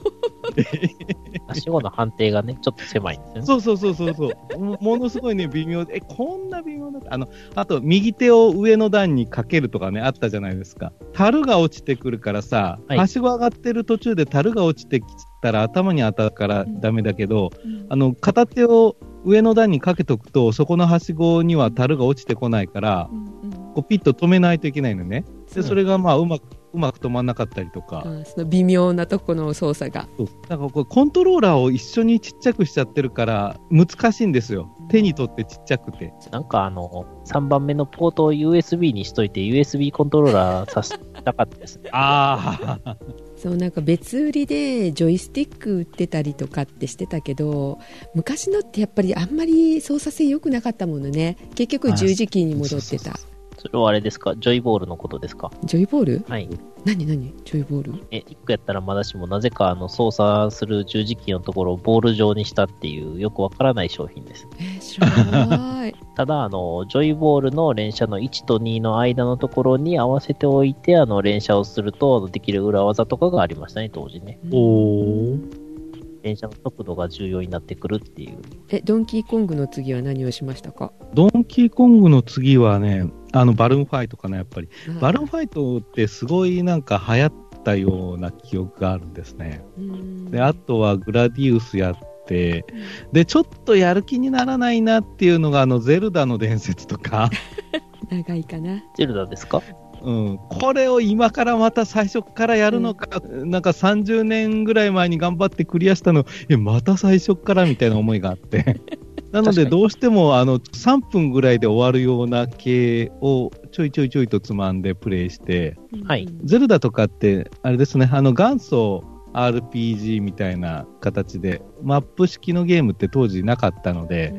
B: はしごの判定がね、ちょっと狭いんですよね。
C: そうそうそうそうそう。もものすごいね、微妙で。え、こんな微妙だった。あの、あと、右手を上の段にかけるとかね、あったじゃないですか。樽が落ちてくるからさ、
B: はい
C: はしご上がってる途中で樽が落ちてきたら頭に当たるからダメだけど、あの、片手を上の段にかけとくと、そこのはしごには樽が落ちてこないから
A: う、んうん
C: こうピッと止めないといけないのね。
A: そ
C: で、
A: う
C: それがまあ、うまく、うまく止まんなかったりとか。
A: あその微妙なとこの操作が。
C: そうなんかこうコントローラーを一緒にちっちゃくしちゃってるから難しいんですよ手に取ってちっちゃくて
B: なんかあの、3番目のポートを USB にしといて、USB コントローラーさせたかったですね。
C: ああ
A: そうなんか別売りでジョイスティック売ってたりとかってしてたけど昔のってやっぱりあんまり操作性良くなかったものね結局十字キーに戻ってた
B: それはあれですかジョイボールのことですか
A: ジョイボール
B: はい。
A: 何何ジョイボール
B: え、1個やったらまだしも、なぜかあの操作する十字キーのところをボール状にしたっていう、よくわからない商品です。
A: えー、知らない
B: ただ、あの、ジョイボールの連射の1と2の間のところに合わせておいて、あの、連射をするとできる裏技とかがありましたね、当時ね。
C: おー
B: 連射の速度が重要になってくるっていう。
A: えドンキーコングの次は何をしましたか
C: ドンキーコングの次はねあのバルーンファイトかなやっぱりバルー
A: ン
C: ンファイトってすごいなんか流行ったような記憶があるんですねであとはグラディウスやってでちょっとやる気にならないなっていうのがあのゼルダの伝説とか
A: 長いかな
B: ゼルダですか
C: うん、これを今からまた最初からやるのか、なんか30年ぐらい前に頑張ってクリアしたの、え、また最初からみたいな思いがあ って。な
B: 確
C: の
B: か
C: で、
B: に
C: どうしてもあの3分ぐらいで終わるような系をちょいちょいちょいとつまんでプレイして、
B: はい
C: ゼルダとかって、あれですね、あの元祖 RPG みたいな形で、マップ式のゲームって当時なかったので、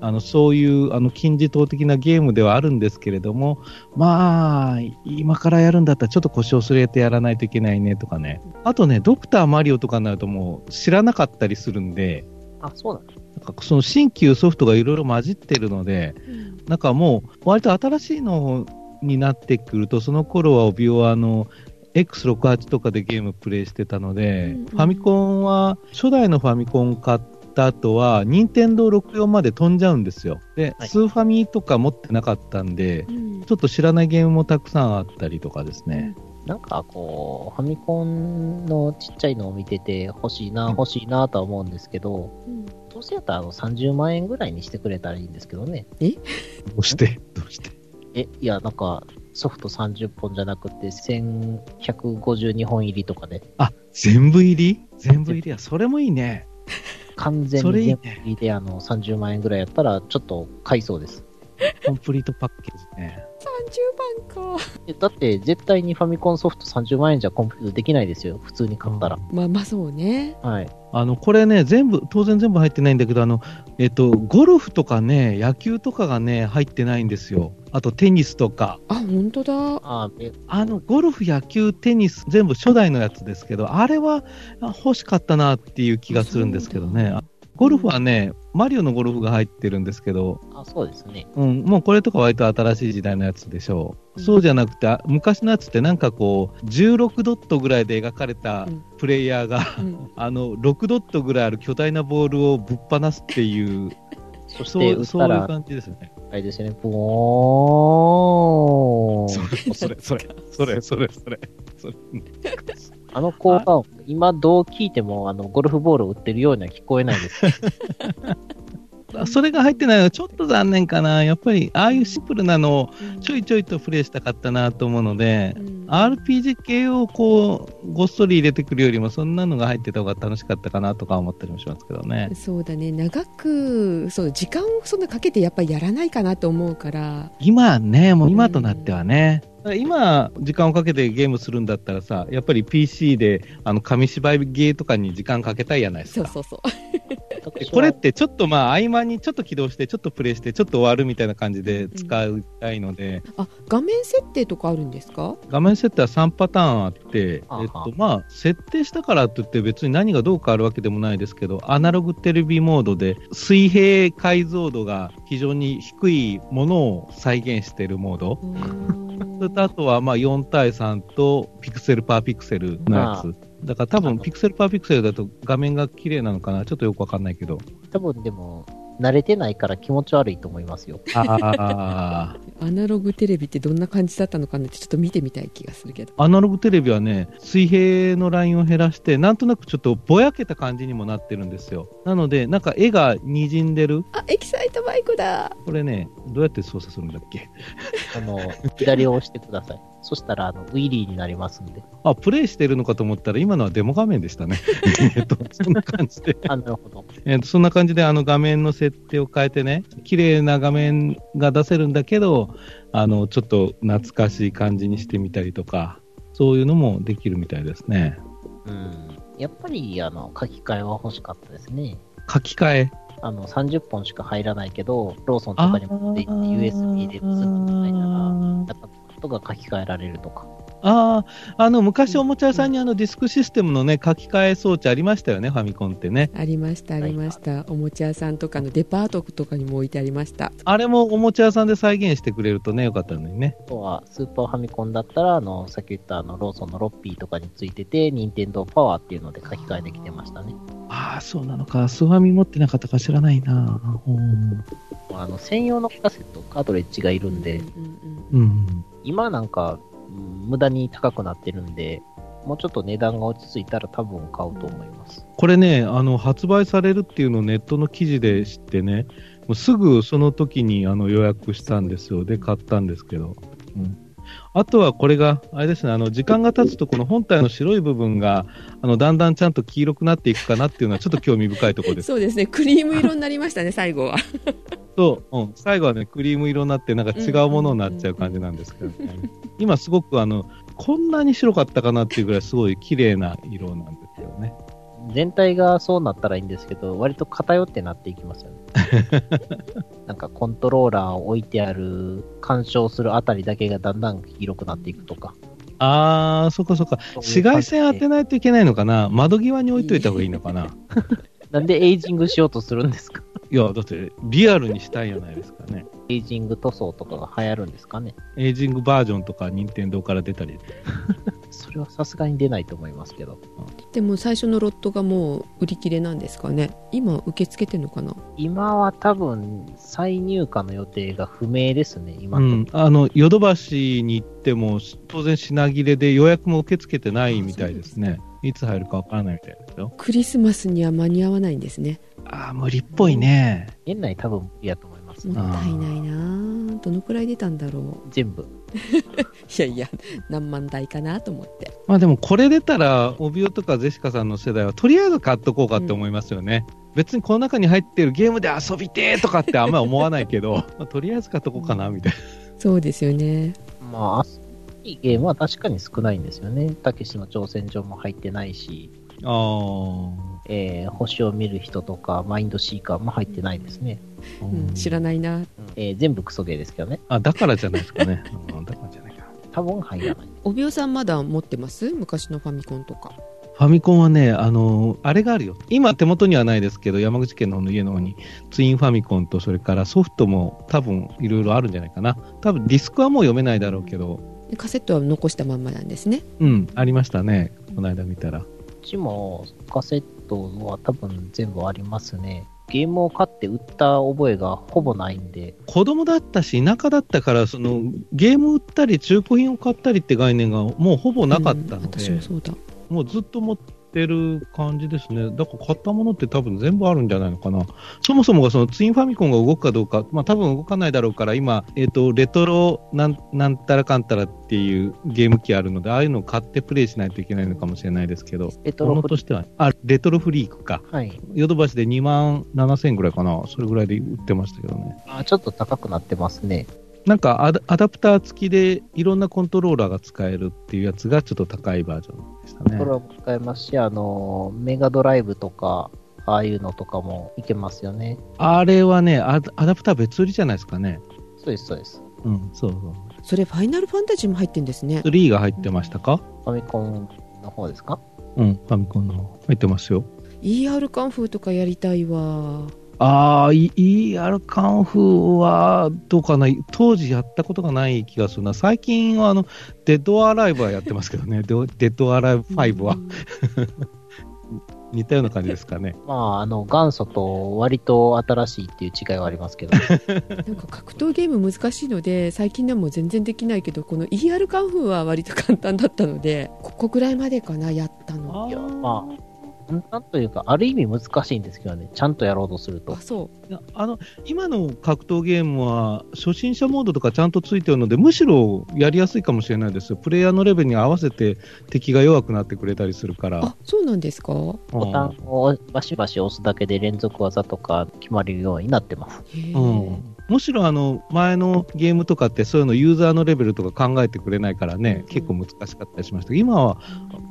C: あのそういうあの金字塔的なゲームではあるんですけれども、まあ、今からやるんだったらちょっと腰を据えてやらないといけないねとかね。あとね、ドクターマリオとかになるともう知らなかったりするんで、
B: あ、そうなん
C: なんかその新旧ソフトがいろいろ混じってるので、なんかもう割と新しいのになってくると、その頃は帯をあの、X68 とかでゲームプレイしてたので、
A: うんうん
C: ファミコンは、初代のファミコン買っった後は、任天堂64まで飛んじゃうんですよ。で、
B: はい
C: スーファミとか持ってなかったんで、
A: うん
C: ちょっと知らないゲームもたくさんあったりとかですね。
B: なんかこう、ファミコンのちっちゃいのを見てて、欲しいな、
C: うん
B: 欲しいなとは思うんですけど、
A: うん
B: どうせやったらあの30万円ぐらいにしてくれたらいいんですけどね。
C: どうして、どうして。
B: え、いや、なんか、ソフト30本じゃなくて、1152本入りとかで、
C: あ、全部入り全部入りや。それもいいね。
B: 完全
C: それ
B: に
C: いいね
B: 全部入りであの30万円ぐらいやったら、ちょっと買いそうです。
C: コンプリートパッケージね。
A: 30番か。
B: えだって、絶対にファミコンソフト30万円じゃコンプリートできないですよ、普通に買ったら。
A: まあまあそうね。
B: はい。
C: あの、これね、全部、当然全部入ってないんだけど、あの、えっと、ゴルフとかね、野球とかがね、入ってないんですよ。あと、テニスとか。
A: あ、本当だ。
B: あーえ
C: あの、ゴルフ、野球、テニス、全部初代のやつですけど、あれはあ欲しかったなっていう気がするんですけどね。
A: そうだ
C: あゴルフはね、マリオのゴルフが入ってるんですけど、
B: あ、そうですね。
C: うん、もうこれとか割と新しい時代のやつでしょ
A: う
C: う。
A: ん
C: そうじゃなくて、あ昔のやつってなんかこう、16ドットぐらいで描かれた
A: うん
C: プレイヤーが、
A: うん
C: あの、6ドットぐらいある巨大なボールをぶっ放すっていう、
B: そし
C: そ
B: て、売
C: う
B: っ
C: そうい
B: た
C: う
B: ら、
C: 感じですね。
B: あれですよね、ブオーン。
C: それ、それ、それ、それ、それ、それ。
B: あの効果音、今どう聞いても、あの、ゴルフボールを打ってるようには聞こえない です。
C: あ それが入ってないのはちょっと残念かな。やっぱり、ああいうシンプルなのをちょいちょいとプレイしたかったなと思うので
A: う、ん
C: RPG 系をこう、ごっそり入れてくるよりも、そんなのが入ってた方が楽しかったかなとか思ったりもしますけどね。
A: そうだね長くそう時間をそんなかけてやっぱりやらないかなと思うから
C: 今ね、もう今となってはね。今、時間をかけてゲームするんだったらさ、やっぱり PC で、あの、紙芝居ゲーとかに時間かけたいじゃないです
A: そう
C: か。
A: そうそう
C: でこれってちょっとまあ合間にちょっと起動して、ちょっとプレイして、ちょっと終わるみたいな感じで使いたいので、
A: あ画面設定とかあるんですか
C: 画面設定は3パターンあって、
B: はあはあ
C: えっとまあ、設定したからといって別に何がどう変わるわけでもないですけど、アナログテレビモードで水平解像度が非常に低いものを再現しているモード。それとあとはまあ4対3とピクセルパーピクセルのやつ。だから多分ピクセルパーピクセルだと画面が綺麗なのかなちょっとよくわかんないけど。
B: 多分でも、慣れてないから気持ち悪いと思いますよ。
C: あー
A: アナログテレビってどんな感じだったのかなってちょっと見てみたい気がするけど
C: アナログテレビはね、水平のラインを減らして、なんとなくちょっとぼやけた感じにもなってるんですよ。なので、なんか絵が滲んでる。
A: あエキサイトバイクだ
C: これね、どうやって操作するんだっけ
B: あ の、左を押してください。そしたら、あの、ウィリーになりますんで。
C: あ、プレイしてるのかと思ったら、今のはデモ画面でしたね。 えっと、そんな感じで。
B: あ、なるほど。
C: えーとそんな感じであの画面の設定を変えてね、綺麗な画面が出せるんだけど、あのちょっと懐かしい感じにしてみたりとか、そういうのもできるみたいですね。
B: うん。やっぱり、あの、書き換えは欲しかったですね。
C: 書き換え。
B: あの、30本しか入らないけど、ローソンとかに持って行って、USB でずっと使いながら、やったことが書き換えられるとか。
C: ああ、あの昔おもちゃ屋さんにあのディスクシステムのね、書き換え装置ありましたよね、ファミコンってね。
A: ありましたありましたおもちゃ屋さんとかのデパートとかにも置いてありました
C: あれもおもちゃ屋さんで再現してくれるとね、よかったのにね。
B: あとは、スーパーファミコンだったら、あの、さっき言ったあの、ローソンのロッピーとかについてて、任天堂パワーっていうので書き換えできてましたね。
C: ああ、そうなのか。スーファミ持ってなかったか知らないな。うん
B: あの、専用のカセット、カートレッジがいるんで
A: う、ん
C: うん。
B: 今なんか、うん無駄に高くなってるんで、もうちょっと値段が落ち着いたら多分買うと思います。
C: これね、あの発売されるっていうのをネットの記事で知ってね、もうすぐその時にあの予約したんですよ、で買ったんですけど、うんあとはこれが、あれですね、あの時間が経つと、この本体の白い部分があのだんだんちゃんと黄色くなっていくかなっていうのは、ちょっと興味深いところ
A: うん
C: です。
A: そうですねクリーム色になりましたね最後は
C: と、うん、最後はね、クリーム色になって、なんか違うものになっちゃう感じなんですけどね、今、すごくあのこんなに白かったかなっていうぐらい、すごい綺麗な色なんですよね。
B: 全体がそうなったらいいんですけど、割と偏ってなっていきますよ ね。なんかコントローラーを置いてある、干渉するあたりだけがだんだん黄色くなっていくとか。
C: あー、そっかそっか、紫外線当てないといけないのかな窓際に置いといた方がいいのかな
B: なんでエイジングしようとするんですか
C: いや、だってリアルにしたいじゃないですかね。
B: エイジング塗装とかが流行るんですかね
C: エイジングバージョンとか、任天堂から出たり。
B: それはさすがに出ないと思いますけど。うん
A: でも最初のロットがもう売り切れなんですかね今受け付けてんのかな
B: 今は多分、再入荷の予定が不明ですね、今
C: う
B: の
C: ん、あのヨドバシに行っても当然品切れで予約も受け付けてないみたいですねいつ入るかわからないみたいですよ
A: クリスマスには間に合わないんですね
C: ああ無理っぽいね
B: 年内多分無理やと思います
A: もっ
B: ね。
A: たいないなあどのくらい出たんだろう
B: 全部。
A: いやいや何万台かなと思って
C: まあでもこれ出たら帯ビとかゼシカさんの世代はとりあえず買っとこうかって思いますよね、別にこの中に入ってるゲームで遊びてーとかってあんまり思わないけ どまあとりあえず買っとこうかなみたいな
A: そうですよね
B: まあ、いいゲームは確かに少ないんですよね。たけしの挑戦状も入ってないし、
C: あー
B: えー星を見る人とか、マインドシーカーも入ってないですね。
A: うん、知らないな
B: えー全部クソゲーですけどね。
C: あだからじゃないですかね、 うんだからじゃないかな
B: 多分入らない。
A: 帯尾さんまだ持ってます昔のファミコンとか
C: ファミコンはね、あのあれがあるよ。今手元にはないですけど、山口県の方の家の方に、ツインファミコンと、それからソフトも多分いろいろあるんじゃないかな。多分ディスクはもう読めないだろうけど、
A: でカセットは残したまんまなんですね
C: うん、ありましたね。この間見たら。
B: こっちもカセットは多分全部ありますね。ゲームを買って売った覚えがほぼないんで、
C: 子供だったし、田舎だったから、そのゲーム売ったり、中古品を買ったりって概念がもうほぼなかった
A: うん
C: の
A: 私
C: で、
A: もそうだ
C: もうずっと持ってる感じですね。だから買ったものって多分全部あるんじゃないのかな。そもそもがそのツインファミコンが動くかどうか、まあ多分動かないだろうから、今、えっ、と、レトロなんなんたらかんたらっていうゲーム機あるので、ああいうのを買ってプレイしないといけないのかもしれないですけど、
B: レト
C: も
B: ロ
C: の
B: フ
C: と
B: リ
C: しては、あ、レトロフリークか。
B: はい。
C: ヨドバシで2万7000円ぐらいかな。それぐらいで売ってましたけどね。
B: あちょっと高くなってますね。
C: なんかアダアダプター付きでいろんなコントローラーが使えるっていうやつがちょっと高いバージョンでしたね。
B: これも使えますし、あの、メガドライブとか、ああいうのとかもいけますよね。
C: あれはね、アダアダプター別売りじゃないですかね。
B: そうです、そうです。
C: うん、そうそう。
A: それファイナルファンタジーも入ってんですね
C: 3が入ってましたか
B: ファミコンの方ですか
C: うん、ファミコンの。入ってますよ。
A: ER カンフーとかやりたいわ
C: ああ、ER カンフーは、どうかな、当時やったことがない気がするな。最近は、あの、デッドアライブはやってますけどね、デ ッデッドアライブ5は
A: う。ん
C: 似たような感じですかね。
B: まあ、あの、元祖と割と新しいっていう違いはありますけど、
A: なんか格闘ゲーム難しいので最近でも全然できないけどこの ER カンフーは割と簡単だったのでここぐらいまでかなやったの
B: いやまなんというか、ある意味難しいんですけどね、ちゃんとやろうとすると
A: あ。そ
C: いやあの今の格闘ゲームは初心者モードとかちゃんとついてるのでむしろやりやすいかもしれないですよプレイヤーのレベルに合わせて敵が弱くなってくれたりするか
A: う
C: ら
A: あそうなんですか
B: ボタンをバシバシ押すだけで連続技とか決まるようになってます。
A: へえ、
C: うんむしろあの前のゲームとかってそういうのユーザーのレベルとか考えてくれないからね、
A: うん
C: 結構難しかったりしましたけど今は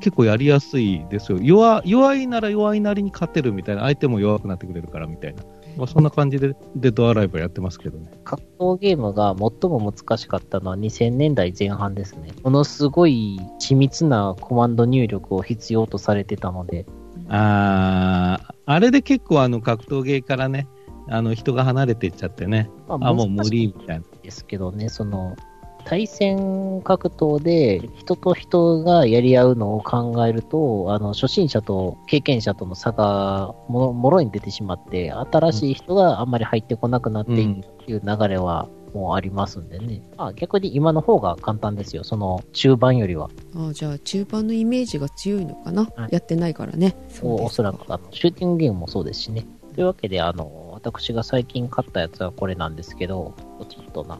C: 結構やりやすいですよ弱弱いなら弱いなりに勝てるみたいな相手も弱くなってくれるからみたいな、まあ、そんな感じでデッドアライブやってますけどね
B: 格闘ゲームが最も難しかったのは2000年代前半ですね。ものすごい緻密なコマンド入力を必要とされてたので、
C: あーあれで結構あの格闘ゲーからね、あの人が離れていっちゃってね、
B: ま
C: あ、もう無
B: 難し
C: 理
B: い
C: みたいな。
B: ですけどね、その、対戦格闘で人と人がやり合うのを考えると、あの、初心者と経験者との差がももろに出てしまって、新しい人があんまり入ってこなくなっていくっていう流れは、もうありますんでね。まあ逆に今の方が簡単ですよ。その中盤よりは。
A: あじゃあ中盤のイメージが強いのかな、
B: はい
A: やってないからねそう
B: お
A: で
B: お
A: す
B: そらくあの、シューティングゲームもそうですしね。というわけで、あの、私が最近買ったやつはこれなんですけど、ちょっとな。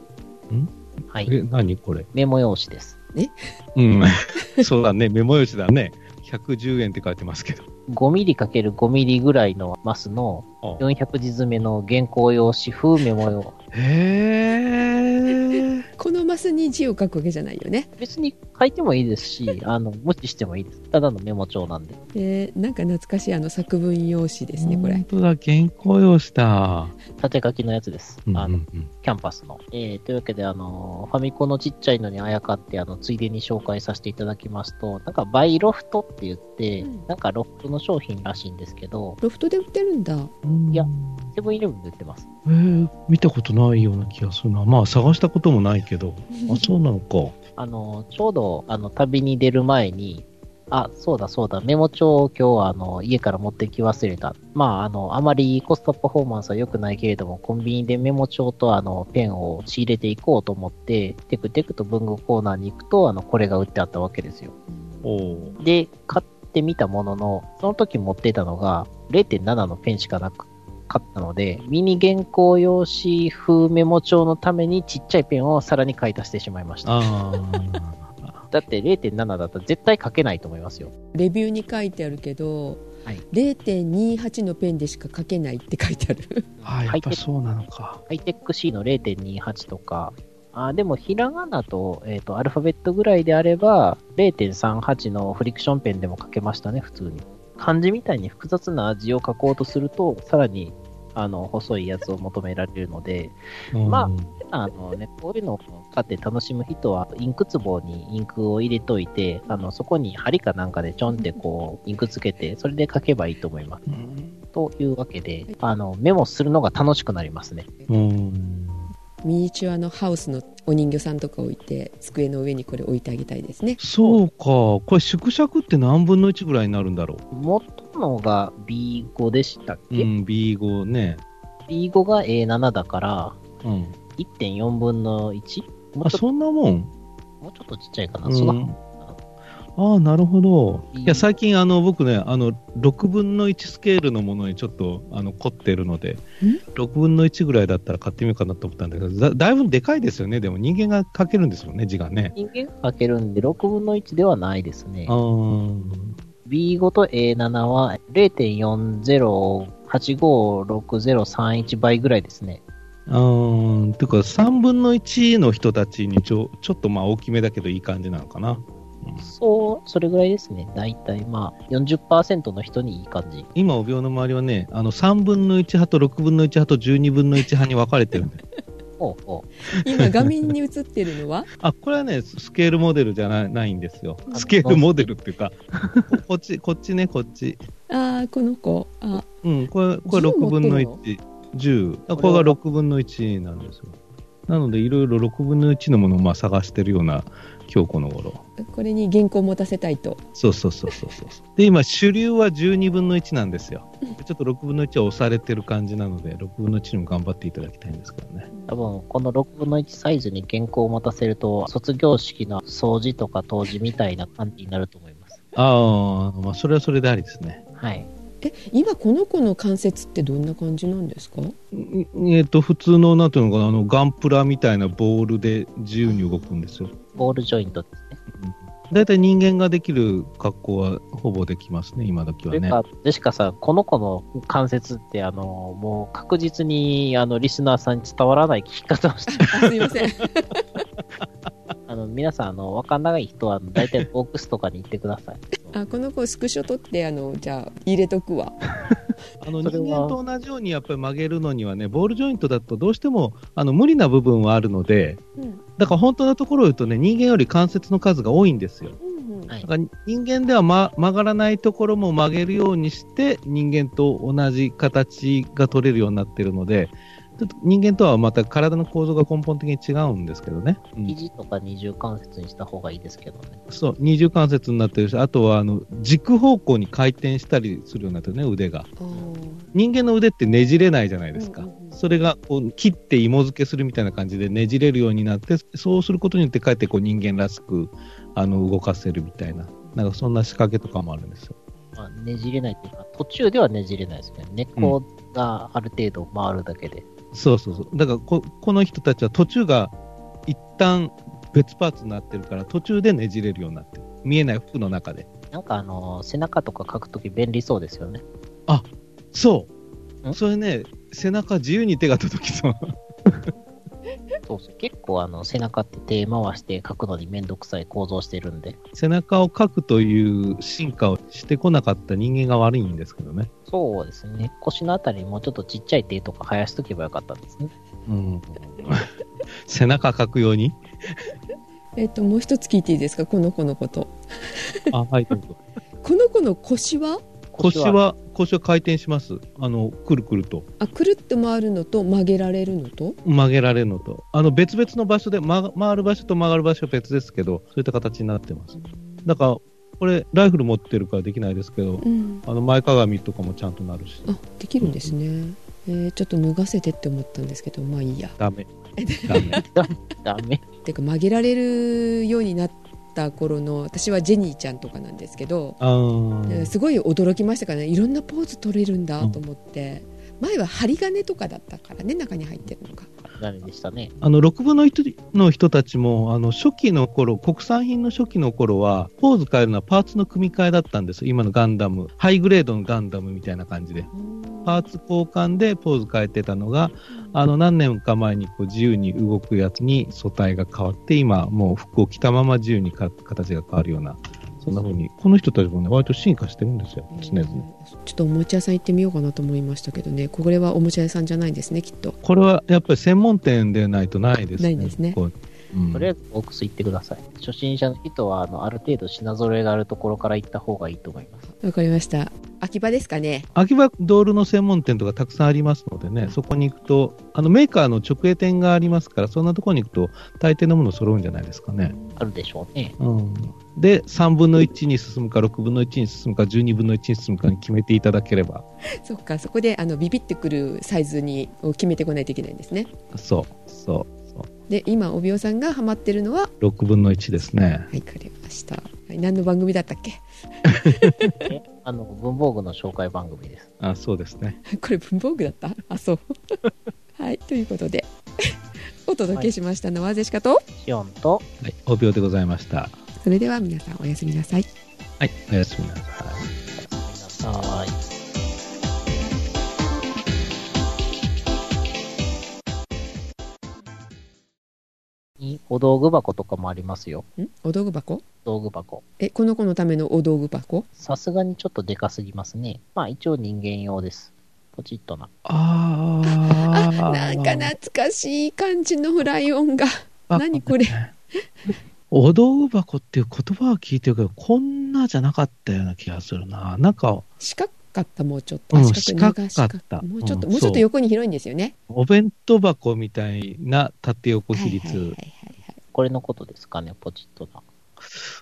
B: はい。
C: え、何これ。
B: メモ用紙です。
C: うん。そうだね、メモ用紙だね。110円って書いてますけど。
B: 5ミリ ×5 ミリぐらいのマスの
C: あ
B: 400字詰めの原稿用紙風メモ用。
C: へえ。
A: このマスに字を書くわけじゃないよね、
B: 別に書いてもいいです し、あの、無視してもいいです。ただのメモ帳なんで。
A: えーなんか懐かしいあの作文用紙ですねこれ
C: 本当だ、原稿用紙だ。
B: 縦書きのやつです。
C: うん
B: あ
C: う
B: の、
C: んうん
B: キャンパスの。えー、というわけで、あの、ファミコンのちっちゃいのにあやかって、あの、ついでに紹介させていただきますと、なんかバイロフトって言って、
A: うん
B: なんかロフトの商品らしいんですけど、
A: ロフトで売ってるんだ
C: うん
B: いやセブンイレブンで売ってます。
C: えー見たことないような気がするな。まあ、探したこともないけど。あ、そうなのか。
B: あの、ちょうど、あの、旅に出る前に、あ、そうだそうだ、メモ帳を今日は、あの、家から持ってき忘れた。まあ、あの、あまりコストパフォーマンスは良くないけれども、コンビニでメモ帳と、あの、ペンを仕入れていこうと思って、テクテクと文具コーナーに行くと、あの、これが売ってあったわけですよ。
C: おお。
B: で、買ってみたものの、その時持ってたのが0.7のペンしかなく買ったので、ミニ原稿用紙風メモ帳のためにちっちゃいペンをさらに買い足してしまいました。
C: あ
B: だって0.7だったら絶対書けないと思いますよ。
A: レビューに書いてあるけど、
B: はい
A: 0.28のペンでしか書けないって書いてある
C: あ。ああ、や
B: ハ
C: っ
B: イテ
C: ぱそうなのか。
B: ハイテック C の0.28とか、あでも、ひらがなと、えっ、と、アルファベットぐらいであれば、0.38のフリクションペンでも書けましたね、普通に。漢字みたいに複雑な字を書こうとすると、さらに、あの、細いやつを求められるので、まあ
C: うん
B: あのね、こういうのを買って楽しむ人は、インク壺にインクを入れといて、あのそこに針かなんかでちょんってこう、インクつけて、それで書けばいいと思います。
C: うん
B: というわけで、あの、メモするのが楽しくなりますね。
C: うん。
A: ミニチュアのハウスのお人形さんとか置いて机の上にこれ置いてあげたいですね
C: そうか。これ縮尺って何分の1ぐらいになるんだろ
B: 元のが B5 でしたっ
C: う。う
B: け、
C: ん、B5 ね。
B: ?B5 が A7 だから、
C: うん。
B: 1.4分の 1? も
C: あ、
B: うちょっ
C: そんなもん。
B: ともうちょっとちっちゃいかな。
C: うん
B: その
C: ああ、なるほど。
B: いい
C: いや、最近、あの、僕ね、あの、6分の1スケールのものにちょっと、あの、凝ってるので、6分の1ぐらいだったら買ってみようかなと思ったんだけど、だだいぶでかいですよね。でも人間が書けるんですよね、字がね。
B: 人間が書けるんで、6分の1ではないですね。
C: あー
B: B5 と A7 は0.40856031倍ぐらいですね。
C: あー。ていうか、3分の1の人たちにちょ、ちょっとまあ大きめだけどいい感じなのかな。
B: そう、それぐらいですね。だいたいまあ40%の人にいい感じ。
C: 今、お病の周りはね、あの、3分の1派と6分の1派と12分の1派に分かれてるんだよ
B: ほうほ
A: 今画面に映ってるのは
C: あ、これはね、スケールモデルじゃないないんですよ。スケールモデルっていうか、 こっち、こっちね、こっち。
A: ああこの子あ
C: うん、これ、これ
A: 10
C: 6分の
A: 持っ
C: 1、10。あこれが6分の1なんですよ。なので、いろいろ6分の1のものをまあ探してるような、今日この頃。
A: これに原稿を持たせたいと
C: そうそうそうそうそう。で、今、主流は12分の1なんですよ。ちょっと6分の1は押されてる感じなので、6分の1にも頑張っていただきたいんですけどね。
B: う。多分、この6分の1サイズに原稿を持たせると、卒業式の掃除とか当時みたいな感じになると思います。
C: ああ、まあ、それはそれでありですね。
B: はい。
A: え今この子の関節ってどんな感じなんですか
C: んえっ、と、普通の、なんていうのかな、あの、ガンプラみたいなボールで自由に動くんですよ。
B: ボールジョイントですね。
C: 大体人間ができる格好はほぼできますね、今時
B: と
C: は
B: いう
C: ね。
B: か、ジェシカさん、この子の関節って、あの、もう確実に、あの、リスナーさんに伝わらない聞き方をして
A: あすいません
B: あの、皆さん、あの、わかんない人は、大体ボックスとかに行ってください。
A: あこの子スクショ撮ってあのじゃあ入れとくわ
C: あの
B: それ
C: 人
B: は
C: 間と同じようにやっぱり曲げるのにはね、ボールジョイントだとどうしてもあの無理な部分はあるので、
A: うん
C: だから本当のところを言うとね、人間より関節の数が多いんですよ。
A: うんうん
B: はい
C: だから人間では、ま、曲がらないところも曲げるようにして、人間と同じ形が取れるようになってるので、ちょっと人間とはまた体の構造が根本的に違うんですけどね。うん
B: 肘とか二重関節にした方がいいですけどね。
C: そう、二重関節になってるし、あとはあの軸方向に回転したりするようになってるね、腕が。
A: あー
C: 人間の腕ってねじれないじゃないですか。
A: うんうんうん
C: それがこう切って芋付けするみたいな感じでねじれるようになって、そうすることによってかえってこう人間らしくあの動かせるみたいな、なんかそんな仕掛けとかもあるんですよ。
B: まあ、ねじれないっていうか、途中ではねじれないですけど、根っこがある程度回るだけで。
C: そうそうそう。だからここの人たちは途中が一旦別パーツになってるから途中でねじれるようになってる。見えない服の中で。
B: なんか、あの、背中とか書くとき便利そうですよね。
C: そ
B: ん
C: う。それね、背中自由に手が届きそう。
B: そうそう。結構、あの、背中って手回して書くのにめんどくさい構造してるんで。
C: 背中を描くという進化をしてこなかった人間が悪いんですけどね。
B: そうですね。腰のあたりにもうちょっとちっちゃい手とか生やしとけばよかったんですね。
C: うん、背中描くように。
A: えっともう一つ聞いていいですかこの子のこと
C: あ、はい、どうぞ。
A: この子の腰は
C: 腰は腰を回転します。あの、くるくると。
A: あくるって回るのと曲げられるのと
C: 曲げられるのと。あの、別々の場所で、ま、回る場所と曲がる場所は別ですけど、そういった形になってます。だから、これ、ライフル持ってるからできないですけど、
A: うん
C: あの、前かがみとかもちゃんとなるし、
A: あできるんですね、えーちょっと脱がせてって思ったんですけどまあいいや
C: ダメ。ダメ。
B: ダメ。
A: てか曲げられるようになった頃の私はジェニーちゃんとかなんですけど、
C: あ
A: えー
C: ー
A: すごい驚きましたからねいろんなポーズ取れるんだと思って、前は針金とかだったからね中に入ってるのが
B: ダメでしたね。
C: あの6分の1の人たちもあの初期の頃国産品の初期の頃はポーズ変えるのはパーツの組み替えだったんです今のガンダムハイグレードのガンダムみたいな感じでパーツ交換でポーズ変えてたのがあの何年か前にこう自由に動くやつに素体が変わって今もう服を着たまま自由にか形が変わるようなそんな風にこの人たちもね割と進化してるんですよ常々。
A: ちょっとおもちゃ屋さん行ってみようかなと思いましたけどねこれはおもちゃ屋さんじゃないんですねきっと
C: これはやっぱり専門店でないとないですね。
A: ないですね
C: こううん
B: とりあえず、ボックス行ってください。初心者の人は、あの、ある程度品揃えがあるところから行った方がいいと思います。
A: わかりました秋葉ですかね
C: 秋葉ドールの専門店とかたくさんありますのでね、そこに行くと、あのメーカーの直営店がありますから、そんなところに行くと、大抵のもの揃うんじゃないですかね。
B: あるでしょう ね。
C: うん、で、3分の1に進むか、6分の1に進むか、12分の1に進むかに決めていただければ、
A: そっかそこであのビビってくるサイズにを決めてこないといけないんですね
C: そう、そう、そ
A: で今帯尾さんがハマってるのは
C: う6分の1ですね。
A: はいわかりました、はい、何の番組だったっけ
B: えあの、文房具の紹介番組です。
C: あそうですね。
A: これ文房具だった あそうはいということで お届けしましたのはゼシカと、
B: シオンと、
C: はい、お病でございました。
A: それでは皆さんおやすみなさい
C: はい、おやすみなさい。
B: おやすみなさい。にお道具箱とかもありますよ。
A: んお道具箱
B: 道具箱。
A: えこの子のためのお道具箱
B: さすがにちょっとでかすぎますね。まあ一応人間用です。ポチッとな。
C: あー
A: なんか懐かしい感じのフライオンが
C: あ
A: 何これ
C: お道具箱っていう言葉は聞いてるけど、こんなじゃなかったような気がするな。なんか、
A: 四角かったもうちょっと、
C: うん
A: あ長
C: 四角かった
A: もうちょっと、
C: うん
A: もうちょっと
C: そう
A: 横に広いんですよね
C: お弁当箱みたいな縦横比率。
A: はいはいはいはい
B: これのことですかね、ポチッとな。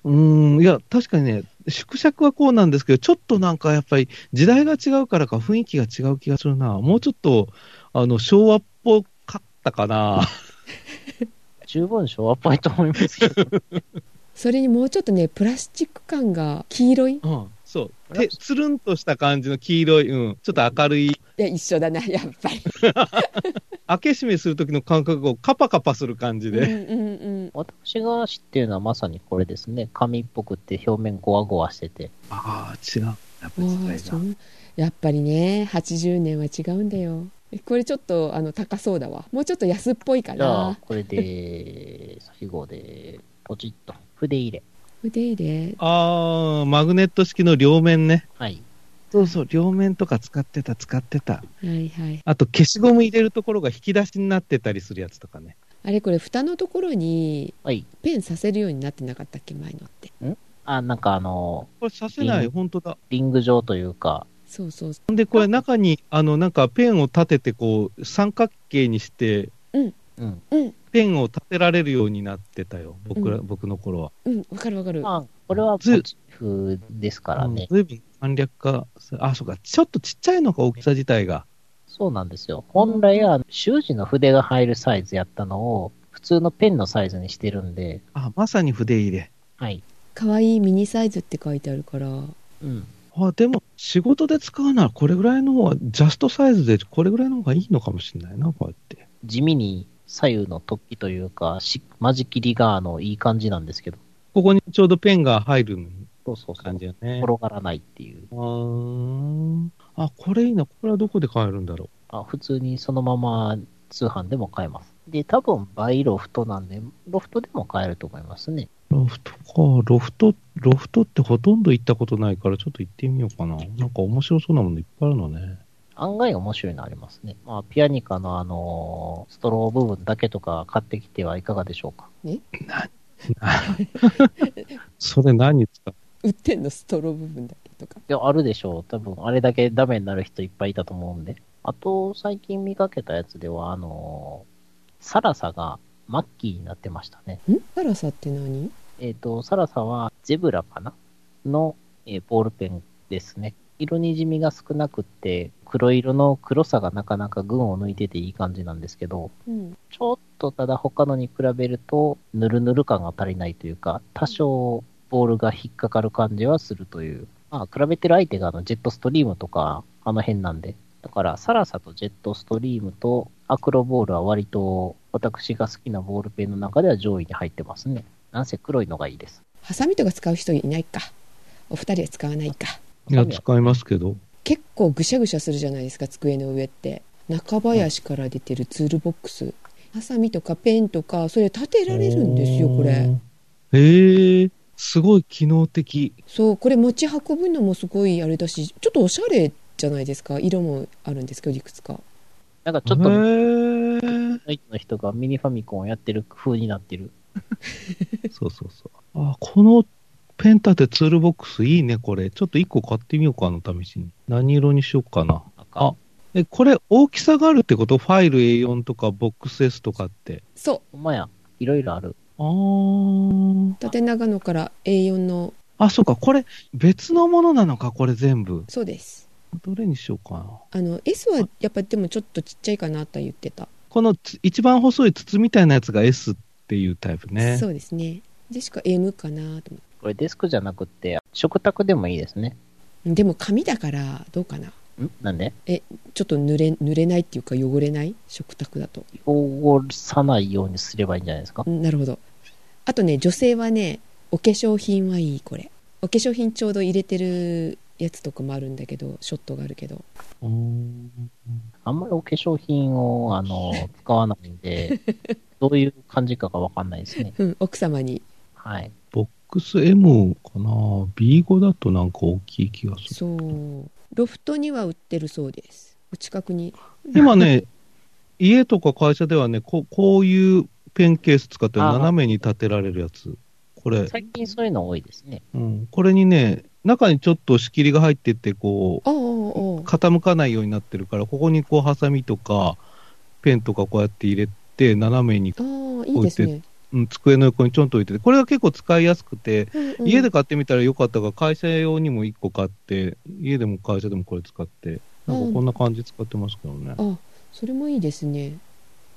C: うーん、いや、確かにね、縮尺はこうなんですけど、ちょっとなんかやっぱり時代が違うからか雰囲気が違う気がするな。もうちょっと、あの、昭和っぽかったかな。
B: 十分昭和っぽいと思いますけど。
A: それにもうちょっとねプラスチック感が黄色いい
C: うん、そう。て、つるんとした感じの黄色い、うん、ちょっと明るい。
A: や一緒だなやっぱり
C: 開け閉めする時の感覚をカパカパする感じ
A: うんう
C: で。
A: んうん
B: 私が知ってるのはまさにこれですね。紙っぽくって表面ゴワゴワしてて。
C: ああ、違う。やっぱり時
A: ああ
C: 代
A: そ
C: だ。
A: うやっぱりね80年は違うんだよこれちょっとあの高そうだわもうちょっと安っぽいか
B: じゃあ
A: な、
B: これで、最後で、ポチッと。筆入れ。
A: 腕入れ
C: ああ、マグネット式の両面ね。
B: はい。
C: そうそう、両面とか使ってた、使ってた。
A: はいはい
C: あと、消しゴム入れるところが引き出しになってたりするやつとかね。
A: あれこれ蓋のところに
B: はい。
A: ペンさせるようになってなかったっけ前のって
B: あ、なんかあの、
C: これさせない、
B: うん
C: 本当だ。
B: リング状というか、
A: そうそう
C: で、これ中に、あの、なんかペンを立てて、こう、三角形にして、
B: うん。
A: うん
C: ペンを立てられるようになってたよ。僕ら、
A: う
C: 僕の頃は。
A: うんわかるわかる
B: まあ、これはポチフですから
C: うん
B: ね。
C: 随分簡略化す。あ、そうか。ちょっとちっちゃいのか、大きさ自体が。
B: そうなんですよ。本来は、習字の筆が入るサイズやったのを、普通のペンのサイズにしてるんで、
C: あ、まさに筆入れ。
B: はい。
A: 可愛いミニサイズって書いてあるから
B: うん。
C: あ、でも、仕事で使うなら、これぐらいの方が、ジャストサイズで、これぐらいの方がいいのかもしれないな、こうやって。
B: 地味に左右の突起というか、し間仕切りが、あの、いい感じなんですけど。
C: ここにちょうどペンが入る
B: そうそうそう。
C: 感じよね。
B: 転がらないっていう。
C: あーあ、これいいな。これはどこで買えるんだろ
B: あ、普通にそのまま通販でも買えます。で、多分倍ロフトなんで、ロフトでも買えると思いますね。
C: う。ロフトか。ロフト、ロフトってほとんど行ったことないから、ちょっと行ってみようかな。なんか面白そうなものいっぱいあるのね。
B: 案外面白いのありますね。まあ、ピアニカのあのーストロー部分だけとか買ってきてはいかがでしょうか。
C: それ何使う
A: 売ってんのストロー部分だけとか。
B: いや、あるでしょう。多分、あれだけダメになる人いっぱいいたと思うんで。あと、最近見かけたやつでは、あのーサラサがマッキーになってましたね。
A: んサラサって何
B: えっ、と、サラサはゼブラかなの、えーボールペンですね。色にじみが少なくって、黒色の黒さがなかなか群を抜いてていい感じなんですけど、
A: うん。
B: ちょっとただ他のに比べると、ぬるぬる感が足りないというか、多少ボールが引っかかる感じはするという。まあ、比べてる相手があのジェットストリームとか、あの辺なんで。だから、サラサとジェットストリームとアクロボールは割と私が好きなボールペンの中では上位に入ってますね。なんせ黒いのがいいです。
A: ハサミとか使う人いないか。お二人は使わないか。
C: いや、使いますけど。
A: 結構ぐしゃぐしゃするじゃないですか、机の上って。中林から出てるツールボックス。ハサミとかペンとか、それ立てられるんですよ、これ。。
C: へえ、すごい機能的。
A: そう、これ持ち運ぶのもすごいあれだし、ちょっとおしゃれじゃないですか。色もあるんですけど、いくつか。
B: なんかちょっと、
C: へ
B: の
C: え。
B: 人がミニファミコンをやってる風になってる。
C: そうそうそう。あ、このペン立てツールボックスいいね、これ。ちょっと1個買ってみようかな、試しに。何色にしようかな。
B: なんか
C: あえ、これ大きさがあるってことファイル A4 とかボックス S とかって。
A: そ
B: ほんまや、いろいろある。
C: あー
A: う。。縦長野から A4 の、
C: あ、そうか。これ別のものなのか、これ全部。
A: そうです。
C: どれにしようかな。
A: あの、S はやっぱでもちょっとちっちゃいかなとは言ってた。
C: このつ一番細い筒みたいなやつが S っていうタイプね。
A: そうですね。でしか M かなと思って。
B: これデスクじゃなくって、食卓でもいいですね。
A: でも紙だからどうかな。
B: んなんで
A: ちょっと濡れ濡れないっていうか汚れない食卓だと。
B: 汚さないようにすればいいんじゃないですか
A: う。んなるほど。あとね女性はねお化粧品はいいこれ。お化粧品ちょうど入れてるやつとかもあるんだけどショットがあるけど。
C: うーん
B: あんまりお化粧品を、あの、使わないん で、どういう感じかがわかんないですね。
A: うん奥様に
B: はい。
C: ボックス M かな ?B5 だとなんか大きい気がする。
A: そうロフトには売ってるそうです。お近くに
C: 今ね、家とか会社ではね、ここういうペンケース使ってる
B: あー
C: 斜めに立てられるやつ。これ、
B: 最近そういうの多いですね。
C: うん、これにね、中にちょっと仕切りが入ってて、こ
A: ああああ
C: う、傾かないようになってるから、ここにこう、ハサミとか、ペンとかこうやって入れて、斜めに、
A: あああいいですね。
C: うん、机の横にちょんと置いてて、これが結構使いやすくて、
A: うんうん
C: 家で買ってみたらよかったが、会社用にも1個買って、家でも会社でもこれ使って、なんかこんな感じ使ってますけどね。
A: あそれもいいですね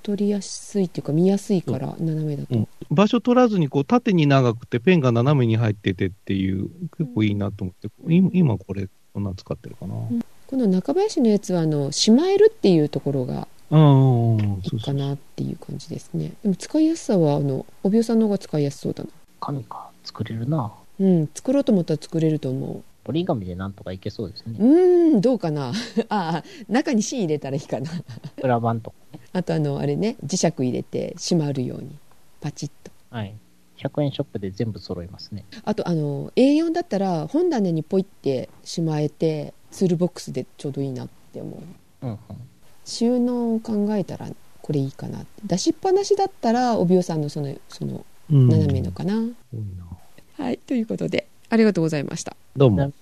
A: 取りやすいっていうか見やすいから斜めだと、
C: うん場所取らずにこう縦に長くてペンが斜めに入っててっていう結構いいなと思って、今今これこんなん使ってるかな、うん
A: んこの中林のやつはあのしまえるっていうところが
C: うんうんうん、
A: い
C: そう
A: い
C: そ
A: か
C: う
A: なっていう感じですねでも使いやすさはあの帯尾さんの方が使いやすそうだな
B: 紙か。作れるな。
A: うん作ろうと思ったら作れると思
B: 折り紙でなんとかいけそうです
A: う
B: ね。
A: うーんどうかな ああ中に芯入れたらいいかな
B: 裏版とかね。
A: あとあのあれね磁石入れてしまるようにパチッと
B: はい。100円ショップで全部揃いますね。
A: あとあの A4 だったら本棚にポイってしまえてツールボックスでちょうどいいなって思う
B: うんうん。
A: 収納を考えたらこれいいかなって出しっぱなしだったら帯尾さんのそのその
C: うん
A: 斜めのかな、
C: 多いな
A: はいということでありがとうございました
C: どうも